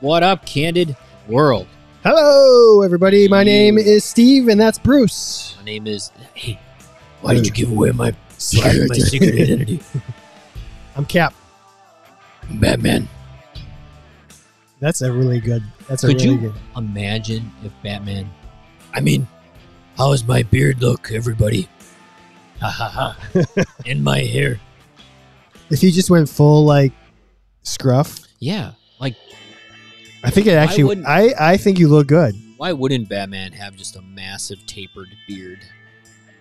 What up, Candid World? Hello, everybody. My name is Steve, and that's Bruce. My name is. Hey, why did you give away my, my secret identity? I'm Cap. Batman. That's a really good. That's a Could really you- good. Imagine if Batman. I mean, how is my beard look, everybody? Ha ha ha. and my hair. If you just went full like scruff, Yeah. Like, I think it actually. wouldn't- I I think you look good. why wouldn't Batman have just a massive tapered beard?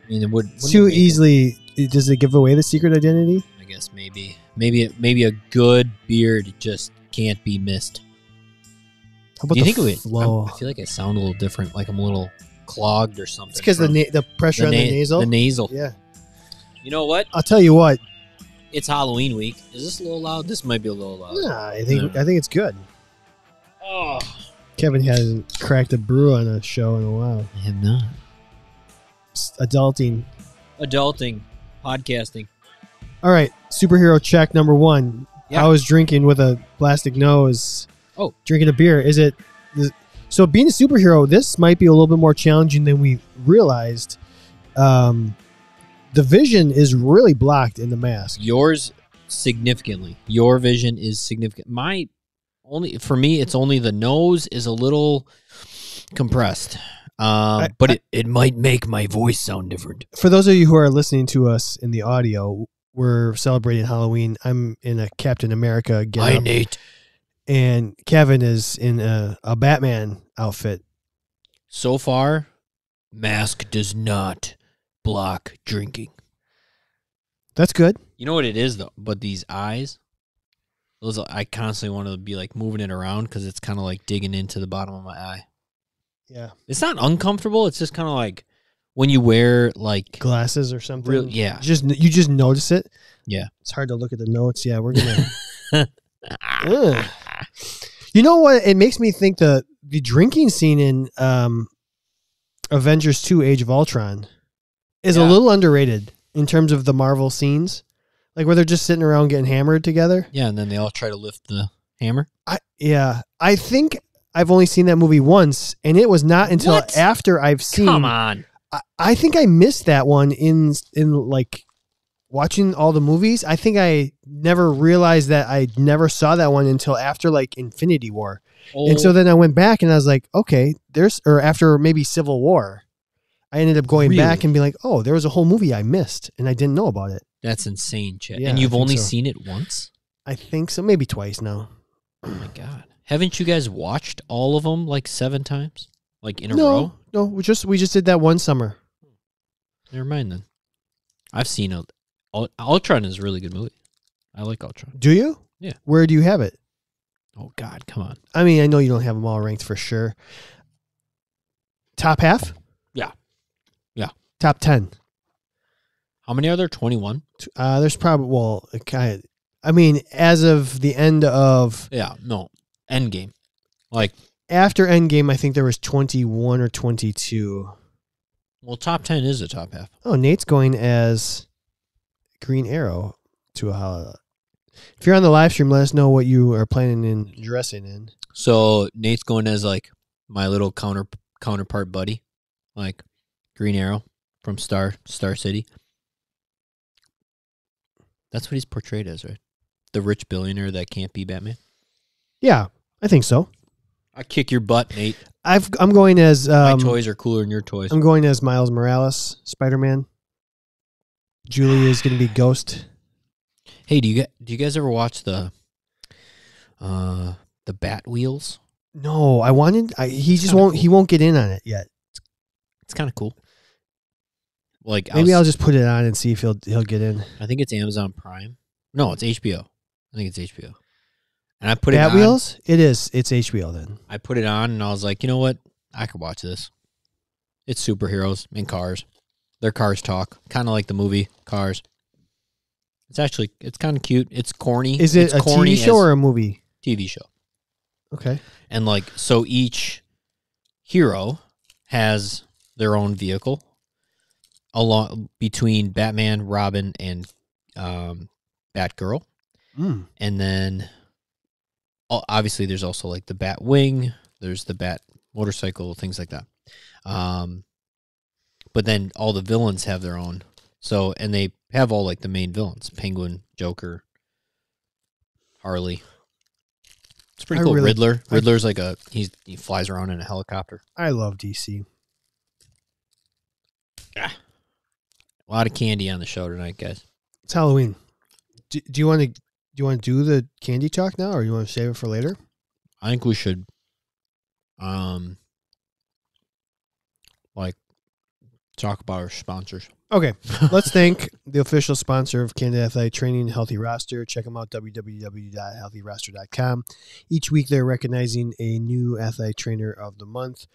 I mean, it would. It's wouldn't too it make easily. it- Does it give away the secret identity? him- I guess maybe. Maybe, it- maybe a good beard just can't be missed. How about Do you the think it would? flow? I'm- I feel like I sound a little different, like I'm a little clogged or something. it's because the from na- the pressure on the na- nasal. The nasal. yeah, You know what? I'll tell you what. It's Halloween week. Is this a little loud? This might be a little loud. Nah, I think Yeah. I think it's good. Oh, Kevin hasn't cracked a brew on a show in a while. I am not. It's adulting. Adulting, podcasting. All right, superhero check number one. Yeah. I was drinking with a plastic nose. Oh. drinking a beer. Is it? Is, so being a superhero, this might be a little bit more challenging than we realized. Um, the vision is really blocked in the mask. Yours significantly. Your vision is significant. My only for me, it's only the nose is a little compressed. Um, I- but I- it, it might make my voice sound different. For those of you who are listening to us in the audio, we're celebrating Halloween. I'm in a Captain America get Hi, up, Nate. and Kevin is in a, a Batman outfit. So far, mask does not block drinking. That's good. You know what it is though, but these eyes, those I constantly want to be like moving it around because it's kind of like digging into the bottom of my eye. Yeah, It's not uncomfortable. It's just kind of like when you wear like glasses or something. real, yeah, just you just notice it. Yeah. it's hard to look at the notes. Yeah, we're gonna. Ugh. You know what? It makes me think the the drinking scene in um, Avengers Two: Age of Ultron is a Yeah. little underrated in terms of the Marvel scenes, like where they're just sitting around getting hammered together. yeah. And then they all try to lift the hammer. I yeah, I think I've only seen that movie once, and it was not until What? after I've seen. Come on, I, I think I missed that one in in like watching all the movies. I think I never realized that I never saw that one until after like Infinity War. And so Oh, then I went back and I was like, okay, there's or after maybe Civil War. I ended up going back Really? and being like, oh, there was a whole movie I missed and I didn't know about it. that's insane, Chad. Yeah, and I you've think only so. seen it once. I think so, maybe twice now. Oh my god, haven't you guys watched all of them like seven times, like in a no, row? no, we just we just did that one summer. Never mind then. I've seen a, Ul- Ultron is a really good movie. I like Ultron. Do you? Yeah. Where do you have it? Oh God, come on. I mean, I know you don't have them all ranked for sure. Top half? Yeah. Yeah. Top 10. How many are there? Twenty one. Uh, there's probably, well, it kind I mean, as of the end of Yeah, no. Endgame. Like, after Endgame, I think there was 21 or 22. well, top ten is the top half. Oh, Nate's going as Green Arrow to a holiday. If you're on the live stream, let us know what you are planning in dressing in. So Nate's going as like my little counter counterpart buddy, like Green Arrow from Star Star City. That's what he's portrayed as, right? The rich billionaire that can't be Batman. Yeah, I think so. I kick your butt, Nate. I've, I'm going as My um, toys are cooler than your toys. I'm going as Miles Morales, Spider Man. Julie is going to be Ghost. Hey, do you get do you guys ever watch the uh the Bat Wheels? No, I wanted. I, he just kinda won't. cool. He won't get in on it yet. It's kind of cool. Like I Maybe was- I'll just put it on and see if he'll he'll get in. I think it's Amazon Prime. No, it's HBO. I think it's HBO. And I put it Bat on, Wheels. It is. It's HBO then. I put it on, and I was like, you know what? I could watch this. It's superheroes and cars. Their cars talk, kind of like the movie Cars. It's actually it's kind of cute. It's corny. Is it It's a corny TV show as or a movie? TV show? Okay. And like so, each hero has their own vehicle. Along between Batman, Robin, and um, Batgirl. Mm. and then o- obviously there's also like the bat wing, there's the bat motorcycle, things like that. Um, but then all the villains have their own. So and they have all like the main villains: Penguin, Joker, Harley. It's pretty I cool. really- Riddler. I- Riddler's like a he's, he flies around in a helicopter. I love DC. A lot of candy on the show tonight, guys. It's Halloween. Do, do you want to do you want to do the candy talk now, or you want to save it for later? I think we should, um, like talk about our sponsors. Okay, let's thank the official sponsor of Canada Athletic Training, Healthy Roster. Check them out, www.healthyroster.com. Each week, they're recognizing a new athletic trainer of the month.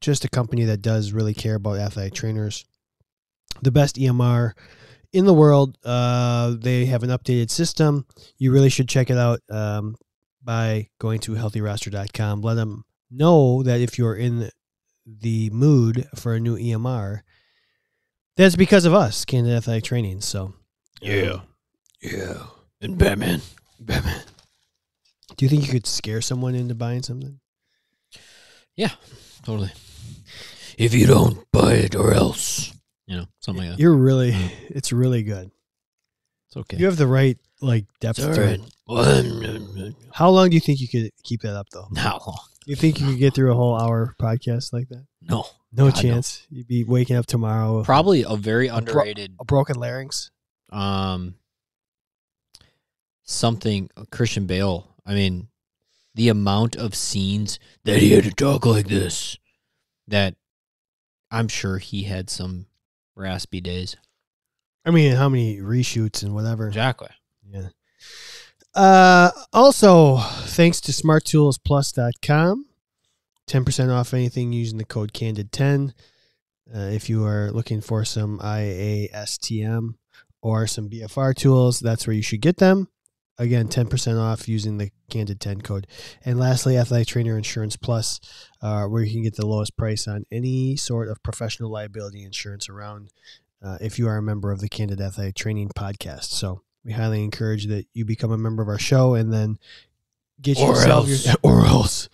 Just a company that does really care about athletic trainers. The best EMR in the world. Uh, they have an updated system. You really should check it out um, by going to healthyroster.com. Let them know that if you're in the mood for a new EMR, that's because of us, Canada Athletic Training. So, Yeah. Yeah, and Batman, Batman. do you think you could scare someone into buying something? Totally. If you don't buy it, or else, you know, something like that. You're really, it's really good. It's okay. You have the right like depth it's all to right. it. Well, How long do you think you could keep that up though? Not long. You think you could get through a whole hour podcast like that? No, No God, no. chance. You'd be waking up tomorrow with probably a very bro- underrated a broken larynx. um something uh, Christian Bale. I mean, the amount of scenes that he had to talk like this that I'm sure he had some raspy days. I mean, how many reshoots and whatever? Exactly. Yeah. Uh, also, thanks to smarttoolsplus.com. 10% off anything using the code CANDID10. Uh, if you are looking for some IASTM or some BFR tools, that's where you should get them. Again, 10% off using the CANDID10 code. And lastly, Athletic Trainer Insurance Plus, uh, where you can get the lowest price on any sort of professional liability insurance around uh, if you are a member of the Candid Athletic Training Podcast. So we highly encourage that you become a member of our show and then get Or yourself else. Your, or else.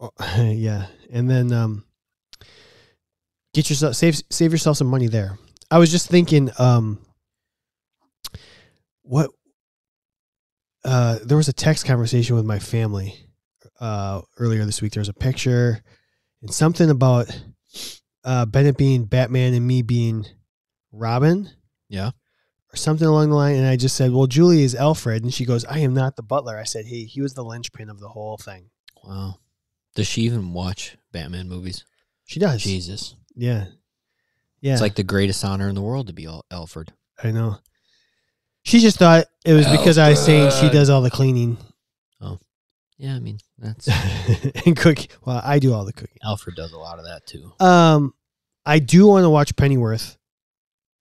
Or- yeah, and then um, get yourself save save yourself some money there. I was just thinking, um, what? Uh, there was a text conversation with my family uh, earlier this week. There was a picture and something about uh, Bennett being Batman and me being Robin. Yeah. Or something along the line. And I just said, Well, Julie is Alfred. And she goes, I am not the butler. I said, Hey, he was the linchpin of the whole thing. Wow. Does she even watch Batman movies? She does. Jesus. Yeah. Yeah. It's like the greatest honor in the world to be Al- Alfred. I know. She just thought it was because I was saying she Alfred. does all the cleaning Yeah, I mean, that's and cook. Well, I do all the cooking. Alfred does a lot of that too. Um, I do want to watch Pennyworth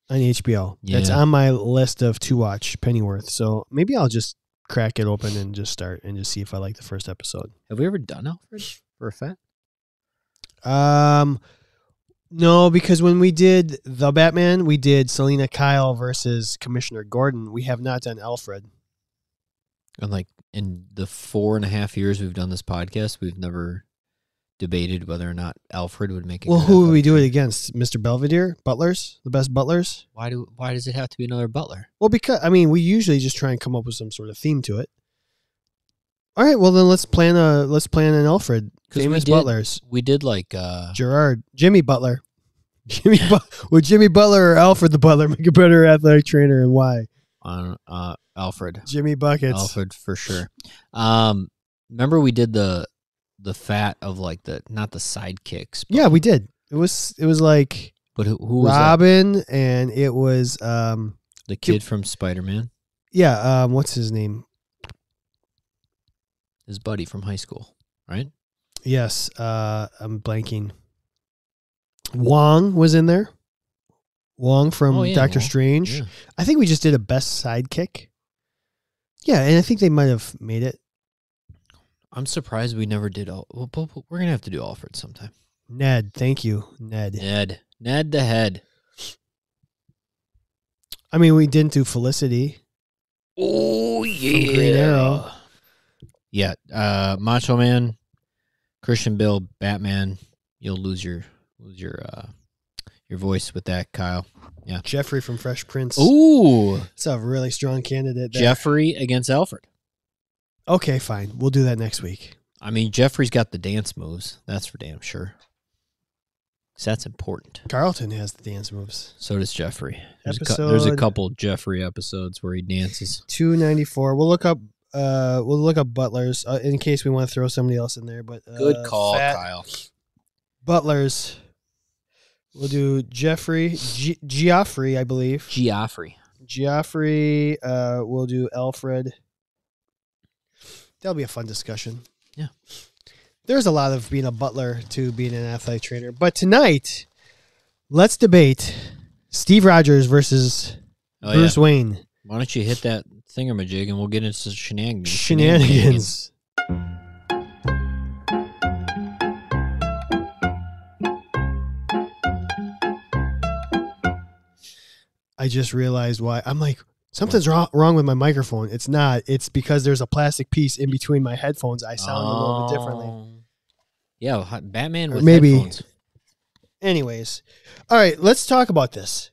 on HBO. That's Yeah. on my list of to watch Pennyworth. So maybe I'll just crack it open and just start and just see if I like the first episode. Have we ever done Alfred for a fact? Um, no, because when we did the Batman, we did Selena Kyle versus Commissioner Gordon. We have not done Alfred. And like in the four and a half years we've done this podcast, we've never debated whether or not Alfred would make it. Well, who would we do it against? Mr. Belvedere, Butlers, the best Butlers. Why do why does it have to be another butler? Well, because I mean, we usually just try and come up with some sort of theme to it. All right, well then let's plan a let's plan an Alfred 'Cause we famous did- butlers We did like uh Gerard Jimmy Butler Jimmy but- would Jimmy Butler or Alfred the Butler make a better athletic trainer and why on uh Alfred. Jimmy buckets Alfred for sure. Um remember we did the the fat of like the not the sidekicks. But, yeah we did it was it was like But who, who was that? Robin and it was um the kid from Spider Man? yeah um what's his name His buddy from high school, right? yes uh I'm blanking Wong was in there Wong from Oh, yeah, Doctor Wong. Strange Yeah. I think we just did a best sidekick. Yeah, and I think they might have made it. I'm surprised we never did all. Well, but- but we're gonna have to do Alfred sometime. Ned, thank you, Ned. Ned, Ned the head. I mean, we didn't do Felicity. Oh yeah, Green Arrow. yeah, uh, Macho Man, Christian Bill, Batman. You'll lose your lose your uh, your voice with that, Kyle. Jeffrey from Fresh Prince. Ooh, It's a really strong candidate. There. Jeffrey against Alfred. Okay, fine. We'll do that next week. I mean, Jeffrey's got the dance moves. That's for damn sure. 'Cause that's important. Carlton has the dance moves. So does Jeffrey. There's, a, cou- there's a Episode- couple Jeffrey episodes where he dances. Two ninety four. We'll look up. Uh, we'll look up Butlers uh, in case we want to throw somebody else in there. But uh, Good call, Fat Kyle. Butlers. We'll do Jeffrey G- Geoffrey, I believe. Geoffrey. Geoffrey. Uh, we'll do Alfred. That'll be a fun discussion. Yeah. There's a lot of being a butler to being an athlete trainer. But tonight, let's debate Steve Rogers versus Oh, yeah. Bruce Wayne. Why don't you hit that thingamajig and we'll get into shenanigans. Shenanigans. I just realized why. I'm like, something's wrong, wrong with my microphone. It's not. It's because there's a plastic piece in between my headphones. I sound a little bit differently. Oh. Yeah, ho- Batman Or with maybe- headphones. Anyways, all right, let's talk about this.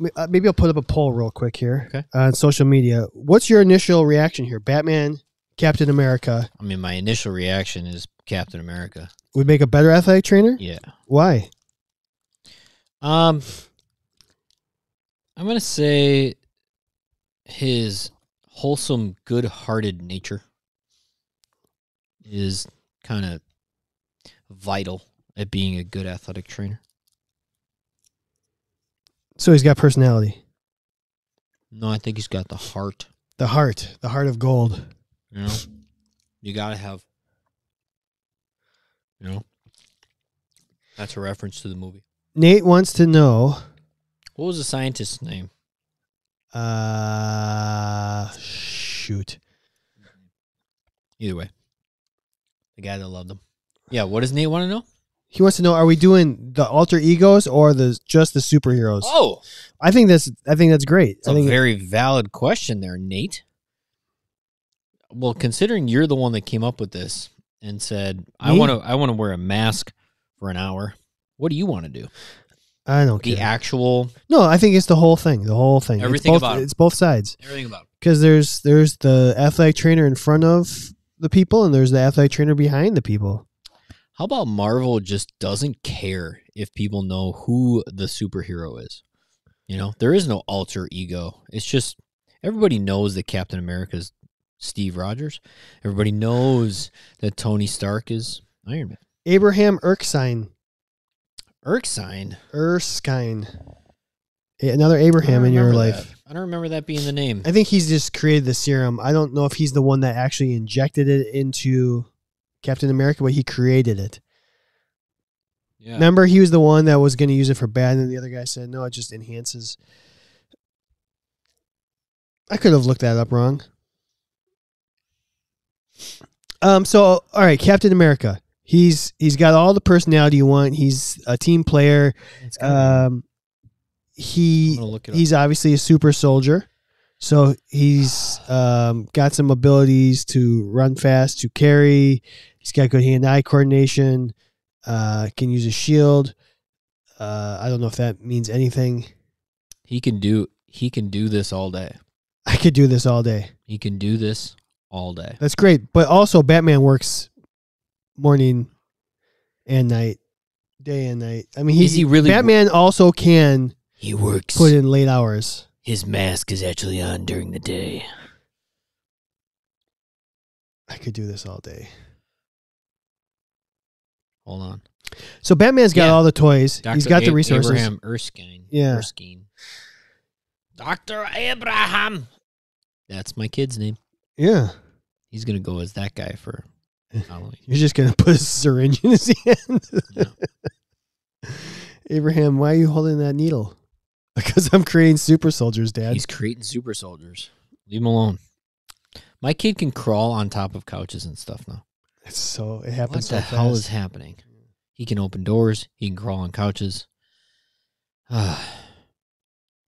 M- uh, Maybe I'll put up a poll real quick here Okay. on social media. What's your initial reaction here? Batman, Captain America I mean, my initial reaction is Captain America. would make a better athletic trainer? Yeah. Why? Um, I'm gonna say his wholesome, good-hearted nature is kind of vital at being a good athletic trainer. So he's got personality, No, I think he's got the heart. the heart, the heart of gold. You know, you gotta have. You know, that's a reference to the movie. Nate wants to know. What was the scientist's name? Uh, shoot. Either way, the guy that loved him. Yeah, what does Nate want to know? He wants to know: Are we doing the alter egos or the just the superheroes? Oh, I think that's I think that's great. It's I a think very valid question there, Nate. Well, considering you're the one that came up with this and said, "I Me? want to, I want to wear a mask for an hour." What do you want to do? I don't care. The actual No, I think it's the whole thing. The whole thing. Everything it's both, about it. it's both sides everything about it. because there's there's the athletic trainer in front of the people, and there's the athletic trainer behind the people. How about Marvel just doesn't care if people know who the superhero is? You know, there is no alter ego. It's just everybody knows that Captain America is Steve Rogers. Everybody knows that Tony Stark is Iron Man. Abraham Erskine, Erskine. Erskine, A- another Abraham in your life. I don't remember that being the name. I think he's just created the serum. I don't know if he's the one that actually injected it into Captain America, but he created it. Yeah. Remember, he was the one that was going to use it for bad, and the other guy said, "No, it just enhances." I could have looked that up wrong. Um. So, all right, Captain America. He's he's got all the personality you want. He's a team player. Um, I'm he gonna look it up. he's obviously a super soldier, so he's um, got some abilities to run fast, to carry. He's got good hand-eye coordination. Uh, can use a shield. Uh, I don't know if that means anything. He can do. He can do this all day. I could do this all day. He can do this all day. That's great. But also, Batman works morning and night, day and night. I mean, Is he he really- Batman also can He works. put in late hours. His mask is actually on during the day. I could do this all day. Hold on. So Batman's got Yeah. all the toys. he's Dr. got the A- resources. Abraham Erskine. Yeah. Erskine. Doctor Abraham. That's my kid's name. Yeah. He's gonna go as that guy for Halloween. You're just gonna put a syringe in his hand. No. Abraham, why are you holding that needle? Because I'm creating super soldiers, Dad. He's creating super soldiers. Leave him alone. My kid can crawl on top of couches and stuff now. It's so it What the happens so fast. hell is happening? He can open doors. He can crawl on couches. Ah,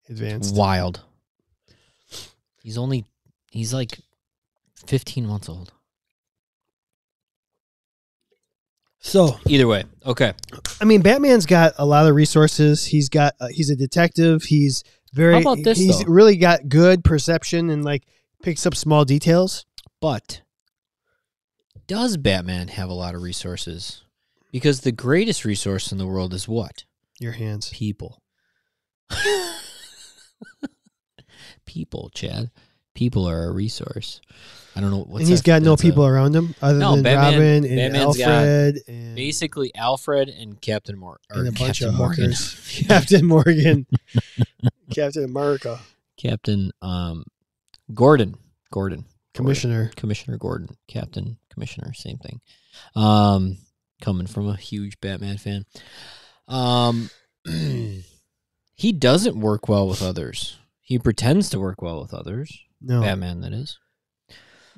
it's Advanced. wild. He's only he's like 15 months old. So Either way, okay. I mean, Batman's got a lot of resources. He's got uh, he's a detective. He's very How about this, he's though? really got good perception and like picks up small details. But does Batman have a lot of resources? Because the greatest resource in the world is what? Your hands. People. people, Chad. People are a resource. I don't know what's and he's that- got no that's uh, a- people around him other No, than Batman- Robin and Batman's got Alfred and Basically, Alfred and Captain Mor- or And a bunch Captain of Morgan. Captain Morgan, Captain America, Captain um, Gordon. Gordon. Commissioner. Commissioner Gordon, Captain Commissioner, same thing. Um, coming from a huge Batman fan, um, he doesn't work well with others. He pretends to work well with others. No, Batman, that is.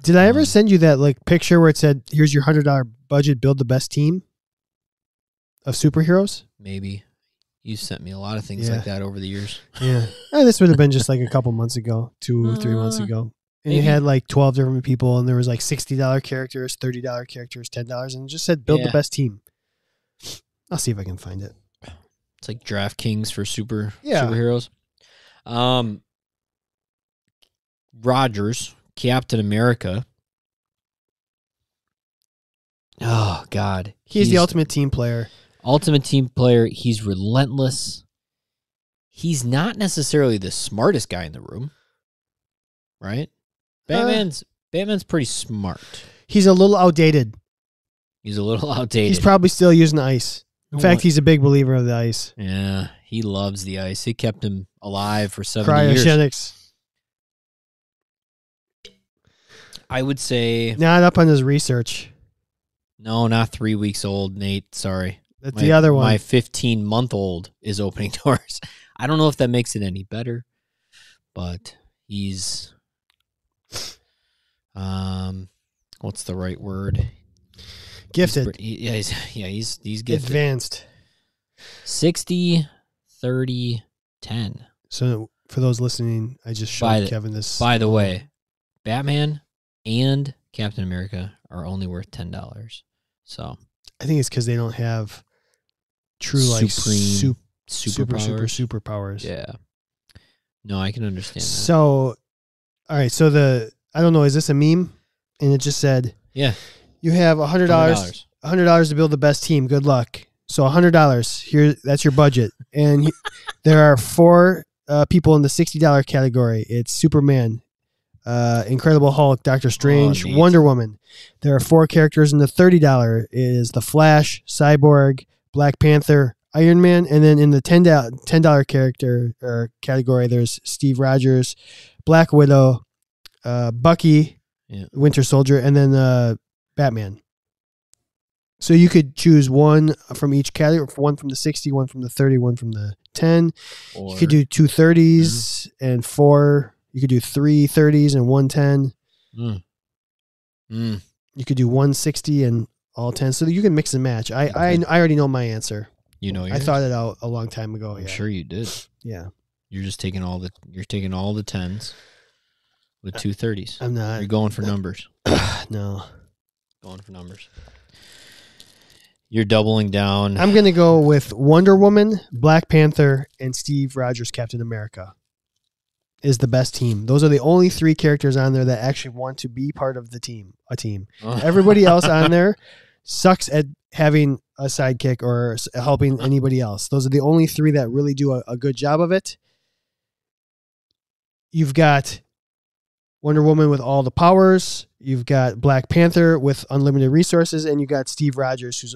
did I ever Um, send you that like picture where it said, "Here's your hundred dollar budget, build the best team of superheroes"? Maybe you sent me a lot of things Yeah. like that over the years. Yeah, Eh, this would have been just like a couple months ago, two or three months Uh, ago. And it maybe. had like twelve different people, and there was like sixty dollar characters, thirty dollar characters, ten dollars, and it just said, "Build Yeah. the best team." I'll see if I can find it. It's like DraftKings for super Yeah. superheroes. Um, Rogers, Captain America. Oh God, He's, the ultimate team player. ultimate team player. He's relentless. He's not necessarily the smartest guy in the room, Uh, right? Batman's Batman's pretty smart. He's a little outdated. He's a little outdated. He's probably still using ice. In fact, he's a big believer of the ice. yeah, he loves the ice. He kept him alive for seventy years. Cryogenics. I would say Not up on his research. no, not three weeks old, Nate. Sorry, That's My- the other one. My fifteen month old is opening doors. I don't know if that makes it any better, but he's um, what's the right word? He's Gifted. pre- he- yeah, he's, yeah, he's he's gifted. Advanced. 60, 30, 10. So for those listening, I just By showed the- Kevin this. By the way, Batman and Captain America are only worth ten dollars. So I think it's because they don't have true like Supreme sup- super super superpowers. super powers. Yeah. No, I can understand that. So, all right. So the I don't know. Is this a meme? And it just said, Yeah. you have a hundred dollars $100. hundred dollars to build the best team. Good luck. So hundred dollars here. That's your budget, and he- there are four uh, people in the sixty dollar category. It's Superman, uh, Incredible Hulk, Doctor Strange, Oh, neat. Wonder Woman. There are four characters in the thirty dollar. Is the Flash, Cyborg, Black Panther, Iron Man, and then in the ten dollar character or category, there's Steve Rogers, Black Widow, uh, Bucky, Yeah. Winter Soldier, and then uh, Batman. So you could choose one from each category, one from the 60, one from the 30, one from the 10. Or you could do two 30s Mm-hmm. and four. You could do three 30s and one 10. Mm. Mm. You could do 160 and all 10. So you can mix and match. I I, I already know my answer. You know, I yours? thought it out a long time ago. I'm Oh, Yeah. sure you did. Yeah. You're just taking all the you're taking all the tens with two thirties. I'm You're not. going for numbers. No. Going for numbers. You're doubling down. I'm going to go with Wonder Woman, Black Panther, and Steve Rogers, Captain America is the best team. Those are the only three characters on there that actually want to be part of the team, a team. Oh. Everybody else on there sucks at having a sidekick or s- helping anybody else. Those are the only three that really do a, a good job of it. You've got Wonder Woman with all the powers. You've got Black Panther with unlimited resources, and you got Steve Rogers, who's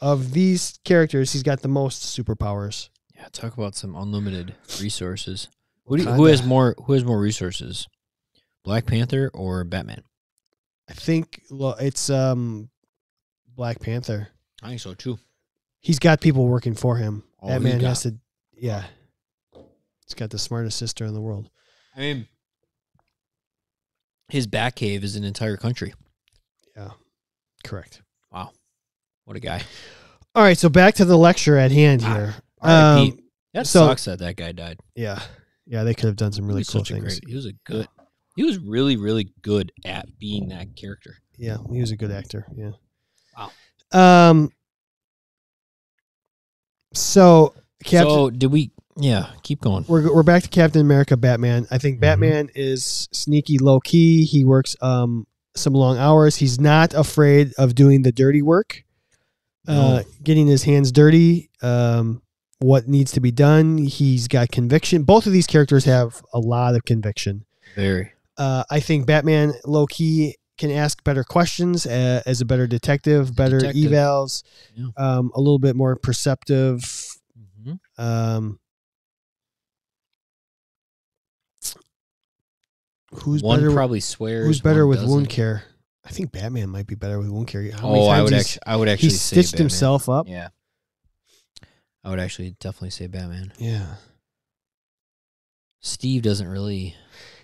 of these characters, he's got the most superpowers. Yeah, talk about some unlimited resources. Who, do you, who has Kinda. more? Who has more resources? Black Panther or Batman? I think well, it's um, Black Panther. I think so too. He's got people working for him. Oh, that he's man got- has to, yeah. He's got the smartest sister in the world. I mean, his Batcave is an entire country. Correct. What a guy! All right, so back to the lecture at hand Ah, here. R.I.P.. Um, that so- sucks that that guy died. yeah, yeah, they could have done some he really was cool such a things. great. He was a good. He was really, really good at being that character. Yeah, he was a good actor. Yeah. Wow. Um. So Captain, So did we? Yeah, keep going. we're we're back to Captain America, Batman. Mm-hmm. I think Batman is sneaky, low key. He works um some long hours. He's not afraid of doing the dirty work, uh, getting his hands dirty. Um, what needs to be done. He's got conviction. Both of these characters have a lot of conviction. Very. Uh, I think Batman low key can ask better questions uh, as a better detective, better Detective. evals, Yeah. um, a little bit more perceptive. hmm Um, who's One better? probably swears. who's better one with wound doesn't. care? I think Batman might be better with wound care. How many Oh, I times would he's- actually. I would actually. He say stitched Batman. himself up. Yeah. I would actually definitely say Batman. yeah. Steve doesn't really.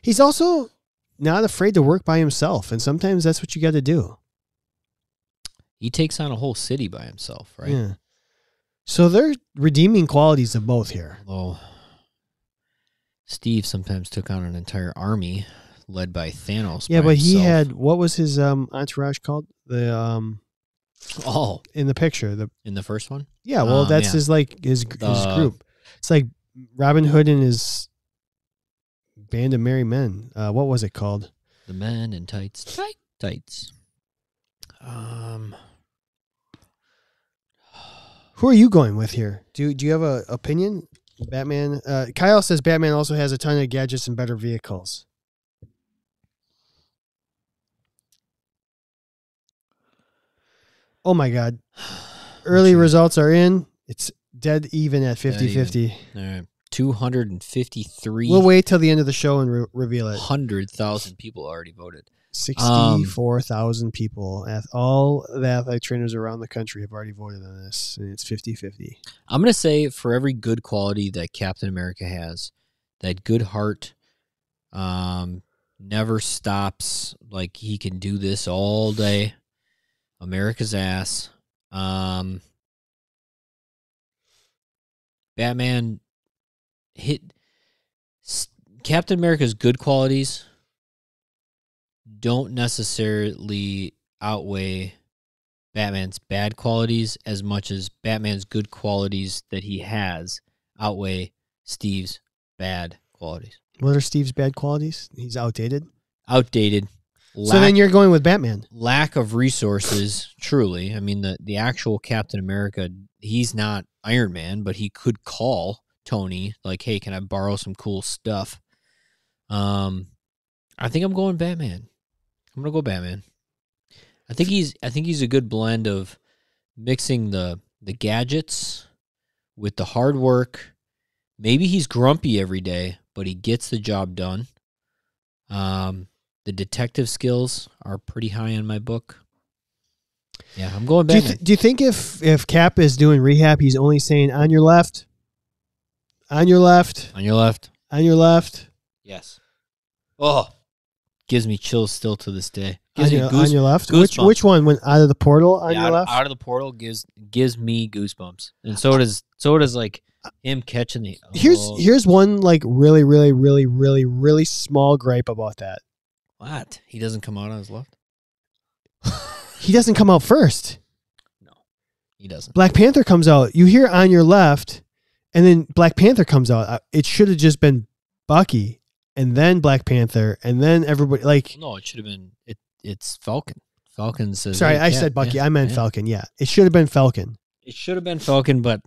He's also not afraid to work by himself, and sometimes that's what you got to do. He takes on a whole city by himself, right? Yeah. So they're redeeming qualities of both here. Although Steve sometimes took on an entire army led by Thanos. Yeah, by but he himself. had what was his um entourage called? The um oh in the picture. The in the first one. yeah, well Um, that's yeah. his like his his The- group. It's like Robin Hood and his band of merry men. Uh what was it called? The men in tights. Tight tights. Um. Who are you going with here? Do do you have a opinion? Batman uh Kyle says Batman also has a ton of gadgets and better vehicles. Oh my god. Early Which is- results are in. It's dead even at Dead 50 even. 50. All right. 253 We'll wait till the end of the show and re- reveal it. hundred thousand people already voted. um, 64,000 people. Ath- All the athletic trainers around the country have already voted on this, and it's 50 50. I'm gonna say for every good quality that Captain America has, that good heart, um, never stops. Like he can do this all day. America's ass. Um, Batman hit s- Captain America's good qualities don't necessarily outweigh Batman's bad qualities as much as Batman's good qualities that he has outweigh Steve's bad qualities. What are Steve's bad qualities? He's outdated. Outdated. Lack, So then you're going with Batman. lack of resources, truly. I mean, the, the actual Captain America, he's not Iron Man, but he could call Tony, like, hey, can I borrow some cool stuff? Um, I think I'm going Batman. I'm gonna go Batman. I think he's I think he's a good blend of mixing the the gadgets with the hard work. Maybe he's grumpy every day, but he gets the job done. Um, the detective skills are pretty high in my book. Yeah, I'm going Do you, Batman. th- do you think if, if Cap is doing rehab, he's only saying on your left, on your left, On your left. on your left, Yes. Oh, gives me chills still to this day. on Gives me your, goose- on your left? Which, goosebumps. which one? When out of the portal, on Yeah, your out, left? out of the portal gives gives me goosebumps, and so does so does like him catching the. Uh, here's oh, here's one like really really really really really small gripe about that what he doesn't come out on his left. he doesn't come out first He doesn't. black panther comes out you hear on your left and then black panther comes out Uh, it should have just been bucky and then black panther and then everybody like No, it should have been it. It's Falcon. Falcon says. sorry "Hey, i yeah, said bucky yeah, i meant yeah." falcon yeah it should have been falcon It should have been Falcon, but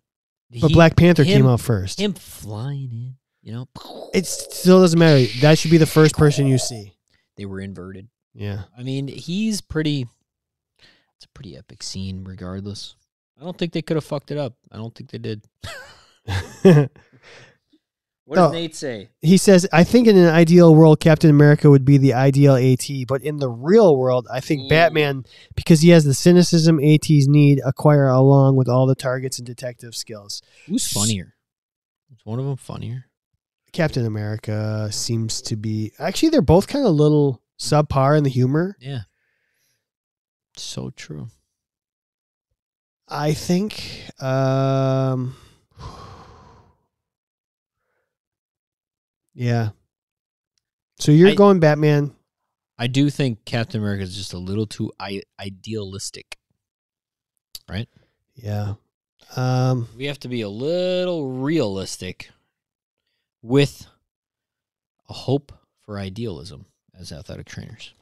but he- black panther him- came out first Him flying in, you know, it still doesn't matter that should be the first person you see they were inverted. yeah I mean, he's pretty. It's a pretty epic scene, regardless. I don't think they could have fucked it up. I don't think they did. What No. did Nate say? he says, I think in an ideal world, Captain America would be the ideal AT, but in the real world, I think Mm. Batman, because he has the cynicism ATs need, acquire along with all the targets and detective skills. Who's funnier? Is one of them funnier? Captain America seems to be actually they're both kind of little subpar in the humor. Yeah. So true. I think um Yeah. So you're I- going Batman. I do think Captain America is just a little too I- idealistic. right? Yeah. Um, We have to be a little realistic with a hope for idealism as athletic trainers.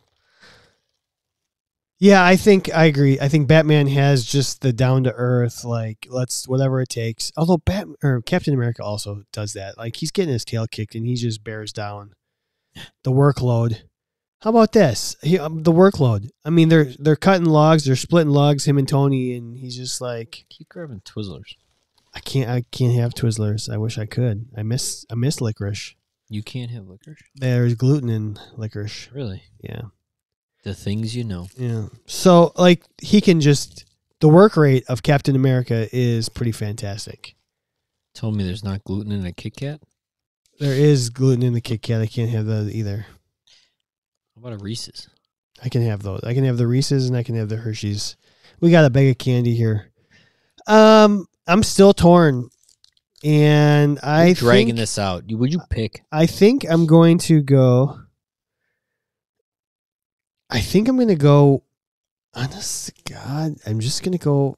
yeah, I think I agree. I think Batman has just the down to earth, like let's whatever it takes. Although Bat or Captain America also does that. Like he's getting his tail kicked and he just bears down the workload. How about this? He, um, the workload. I mean, they're they're cutting logs, they're splitting logs. Him and Tony, and he's just like, Keep grabbing Twizzlers. I can't, I can't have Twizzlers. I wish I could. I miss, I miss licorice. You can't have licorice. There's gluten in licorice. Really? Yeah. The things you know. Yeah. So like he can just the work rate of Captain America is pretty fantastic. Tell me there's not gluten in a Kit Kat? There is gluten in the Kit Kat. I can't have those either. How about a Reese's? I can have those. I can have the Reese's and I can have the Hershey's. We got a bag of candy here. Um, I'm still torn, and I You're dragging think, this out. You- Would you pick? I think I'm going to go. I think I'm going to go. Honest to God, I'm just going to go.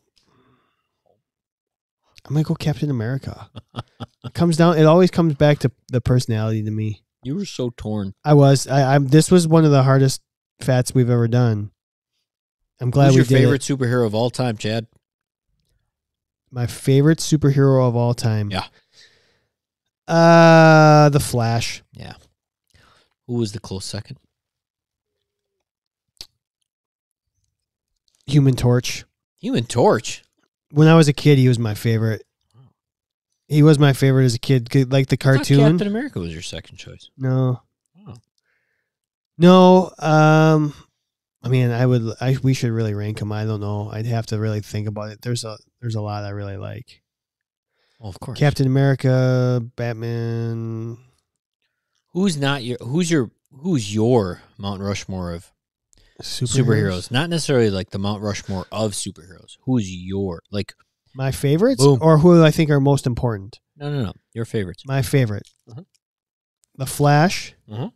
I'm going to go Captain America. it comes down. It always comes back to the personality to me. You were so torn. I was. I, I'm. This was one of the hardest fats we've ever done. I'm glad Who's we your did favorite it. superhero of all time, Chad? My favorite superhero of all time. Yeah. Uh, the Flash. Who was the close second? Human Torch. Human Torch. when I was a kid, he was my favorite. He was my favorite as a kid, 'cause, like the I thought cartoon. Captain America was your second choice. No, Oh. no. Um, I mean, I would. I we should really rank him. I don't know. I'd have to really think about it. There's a there's a lot I really like. Oh, of course. Captain America, Batman. who's not your? Who's your? Who's your Mount Rushmore of superheroes? Not necessarily like the Mount Rushmore of superheroes. Who's your like? My favorites, Boom. or who I think are most important. No, no, no. Your favorites. My favorite, Uh-huh. the Flash, Uh-huh.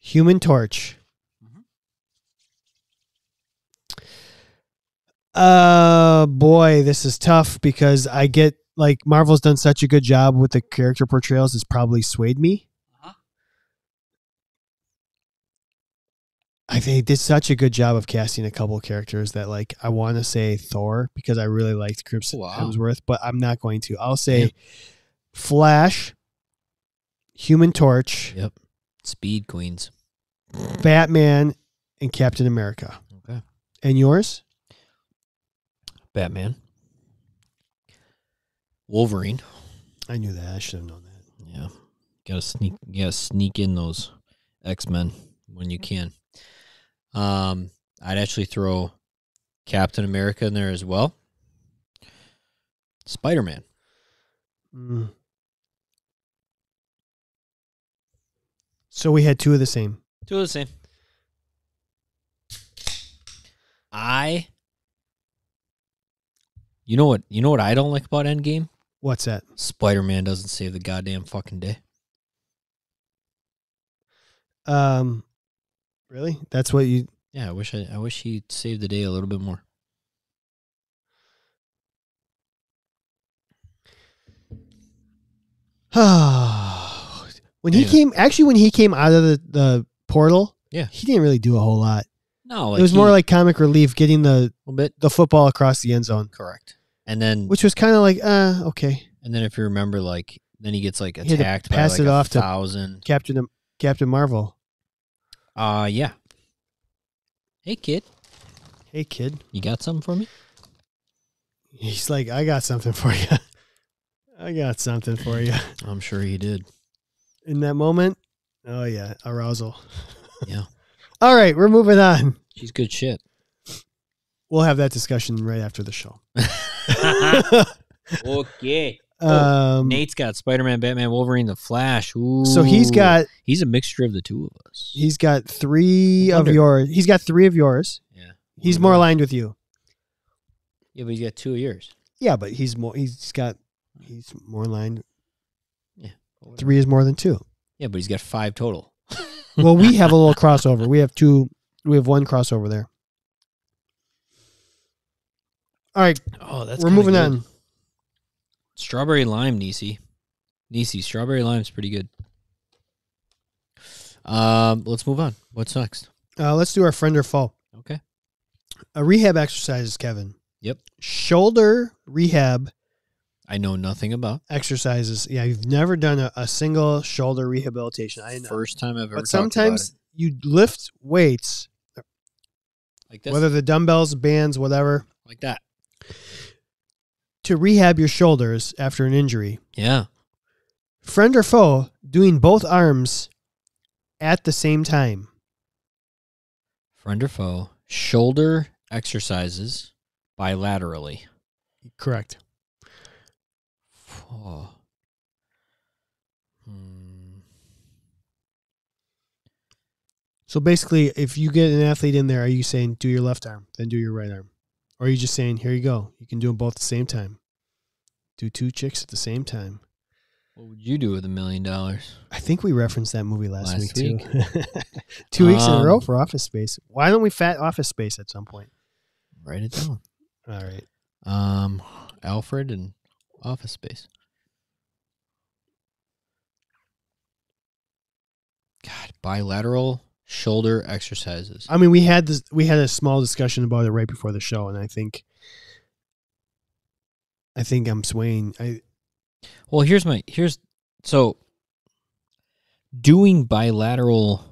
Human Torch. Uh boy, this is tough because I get like Marvel's done such a good job with the character portrayals. It's probably swayed me. Uh-huh. I think they did such a good job of casting a couple characters that like I want to say Thor because I really liked Chris Wow. Hemsworth, but I'm not going to. I'll say Yeah. Flash, Human Torch, Yep. Speed Queens. Batman, and Captain America. Okay. And yours? Batman. Wolverine. I knew that. I should have known that. Yeah. Gotta sneak gotta sneak in those X Men when you can. Um I'd actually throw Captain America in there as well. Spider Man. Mm. So we had two of the same. Two of the same. I You know what you know what I don't like about Endgame? What's that? Spider Man doesn't save the goddamn fucking day. Um, really? That's what you? Yeah, I wish I, I wish he saved the day a little bit more. when he Yeah. came, actually, when he came out of the the portal, Yeah. he didn't really do a whole lot. No, it was more he- like comic relief, getting the a little bit the football across the end zone, correct. And then which was kind of like, uh, okay, And then if you remember, like then he gets like had to attacked by pass like it a off to- thousand. Captain Captain Marvel. Uh yeah. Hey kid, Hey, kid. you got something for me? He's like, I got something for you. I got something for you. I'm sure he did. in that moment. Oh yeah, arousal. Yeah. All right, we're moving on. She's good shit. We'll have that discussion right after the show. Oh, okay. um, Nate's got Spider Man, Batman, Wolverine, the Flash. Ooh. so he's got he's a mixture of the two of us. he's got three I of wonder- yours. He's got three of yours. Yeah. He's more aligned with you. Yeah, but he's got two years. Yeah, but he's more. He's got he's more aligned. Yeah. Three is more than two. Yeah, but he's got five total. Well, we have a little crossover. We have two. We have one crossover there. All right, Oh, that's we're kinda moving good. on. Strawberry lime Nisi. Nisi strawberry lime's pretty good. Um, let's move on. What's next? Uh, let's do our friend or foe. Okay. A rehab exercises, Kevin. Yep. Shoulder rehab I know nothing about. exercises. Yeah, you've never done a, a single shoulder rehabilitation. I know. First time I've ever. but talked sometimes you lift weights, about it. like this, whether the dumbbells, bands, whatever, like that. to rehab your shoulders after an injury. Yeah. Friend or foe, doing both arms at the same time. Friend or foe? Shoulder exercises bilaterally. Correct. Oh. Hmm. So basically, if you get an athlete in there, are you saying do your left arm, then do your right arm? Or are you just saying, here you go, you can do them both at the same time? Do two chicks at the same time. What would you do with a million dollars? I think we referenced that movie last, Last week, too. two weeks in a row Um, for Office Space. Why don't we fat Office Space at some point? Write it down. All right. Um, Alfred and Office Space. God, bilateral shoulder exercises. I mean, we had this. We had a small discussion about it right before the show, and I think, I think I'm swaying. I Well, here's my here's so doing bilateral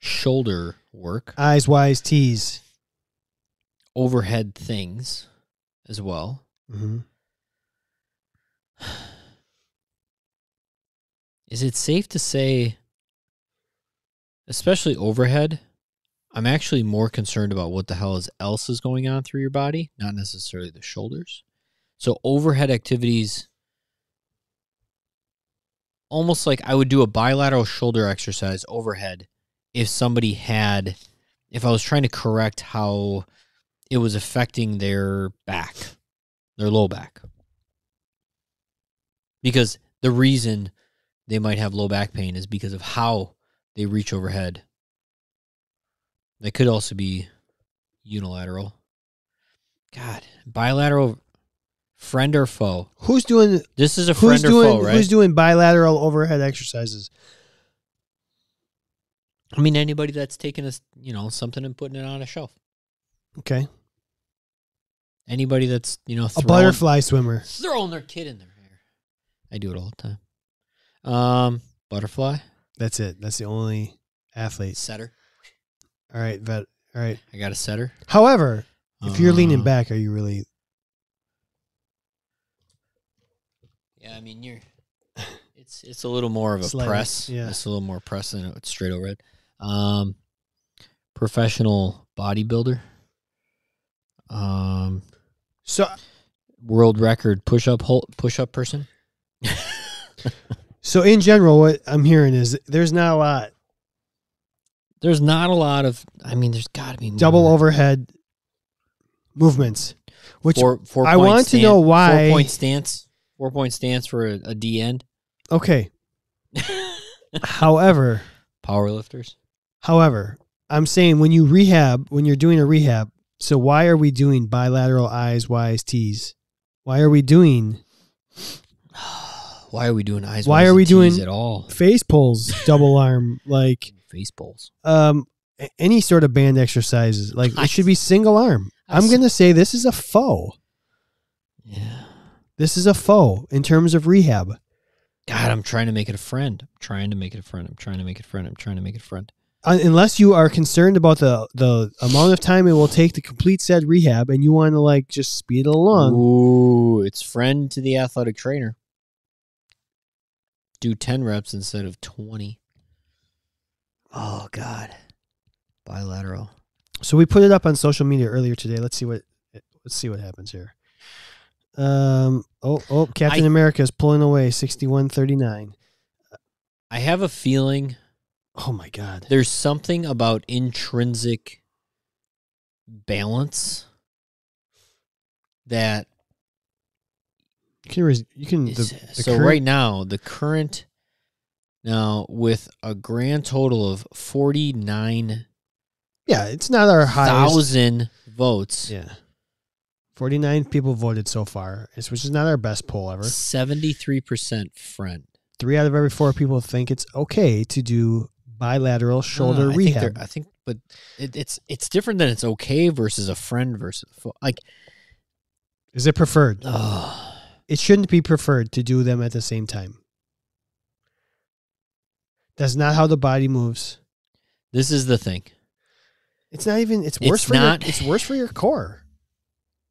shoulder work, eyes wise tease. overhead things as well. Mm-hmm. Is it safe to say, especially overhead, I'm actually more concerned about what the hell is else is going on through your body, not necessarily the shoulders. So overhead activities, almost like I would do a bilateral shoulder exercise overhead if somebody had, if I was trying to correct how it was affecting their back, their low back. Because the reason they might have low back pain is because of how they reach overhead. That could also be unilateral. God, bilateral friend or foe. Who's doing? This is a friend Who's or doing? foe, right? Who's doing bilateral overhead exercises? I mean, anybody that's taking a s- you know something and putting it on a shelf. Okay, Anybody that's you know a throwing, butterfly swimmer. throwing their kid in their hair. I do it all the time. Um, butterfly That's it. That's the only athlete. setter. All right, vet. All right. I got a setter. However, if you're leaning Uh, back, are you really? Yeah, I mean you're. It's it's a little more of a Slightly, press. yeah. it's a little more press than a straight overhead. Um, professional bodybuilder. Um, So, world record push up push up person. so in general, what I'm hearing is there's not a lot There's not a lot of. I mean, there's got to be double more. overhead movements, which four, four I point want to stan- know why- four point stance four point stance for a, a D end okay. however, power lifters. however, I'm saying when you rehab, when you're doing a rehab, so why are we doing bilateral eyes, Y's, T's? Why are we doing Why are we doing eyes? Why Ws, are and we Ts doing- at all? face pulls, double arm, like Face bowls. um a- any sort of band exercises? Like I- it should be single arm. I I'm s- gonna say this is a foe. Yeah. This is a foe in terms of rehab. God, I'm trying to make it a friend. I'm trying to make it a friend. I'm trying to make it a friend. I'm trying to make it a friend. Un- unless you are concerned about the the amount of time it will take to complete said rehab and you want to like just speed it along Ooh, it's friend to the athletic trainer. Do 10 reps instead of 20. Oh, God. Bilateral. so we put it up on social media earlier today let's see what let's see what happens here um oh oh captain I- america is pulling away 6139 I have a feeling oh my god there's something about intrinsic balance that you can res- you can the, It's- uh, the so current- right now the current now with a grand total of 49,000 yeah it's not our highest votes yeah 49 people voted so far, it's- which is not our best poll ever. Seventy-three percent front Three out of every four people think it's okay to do bilateral shoulder Ah, I Think rehab. they're- I think, but it, it's it's different than it's okay versus a friend versus a fo- like. Is it preferred? Oh, It shouldn't be preferred to do them at the same time. That's not how the body moves. this is the thing. It's not even. It's worse It's for not- your. It's worse for your core.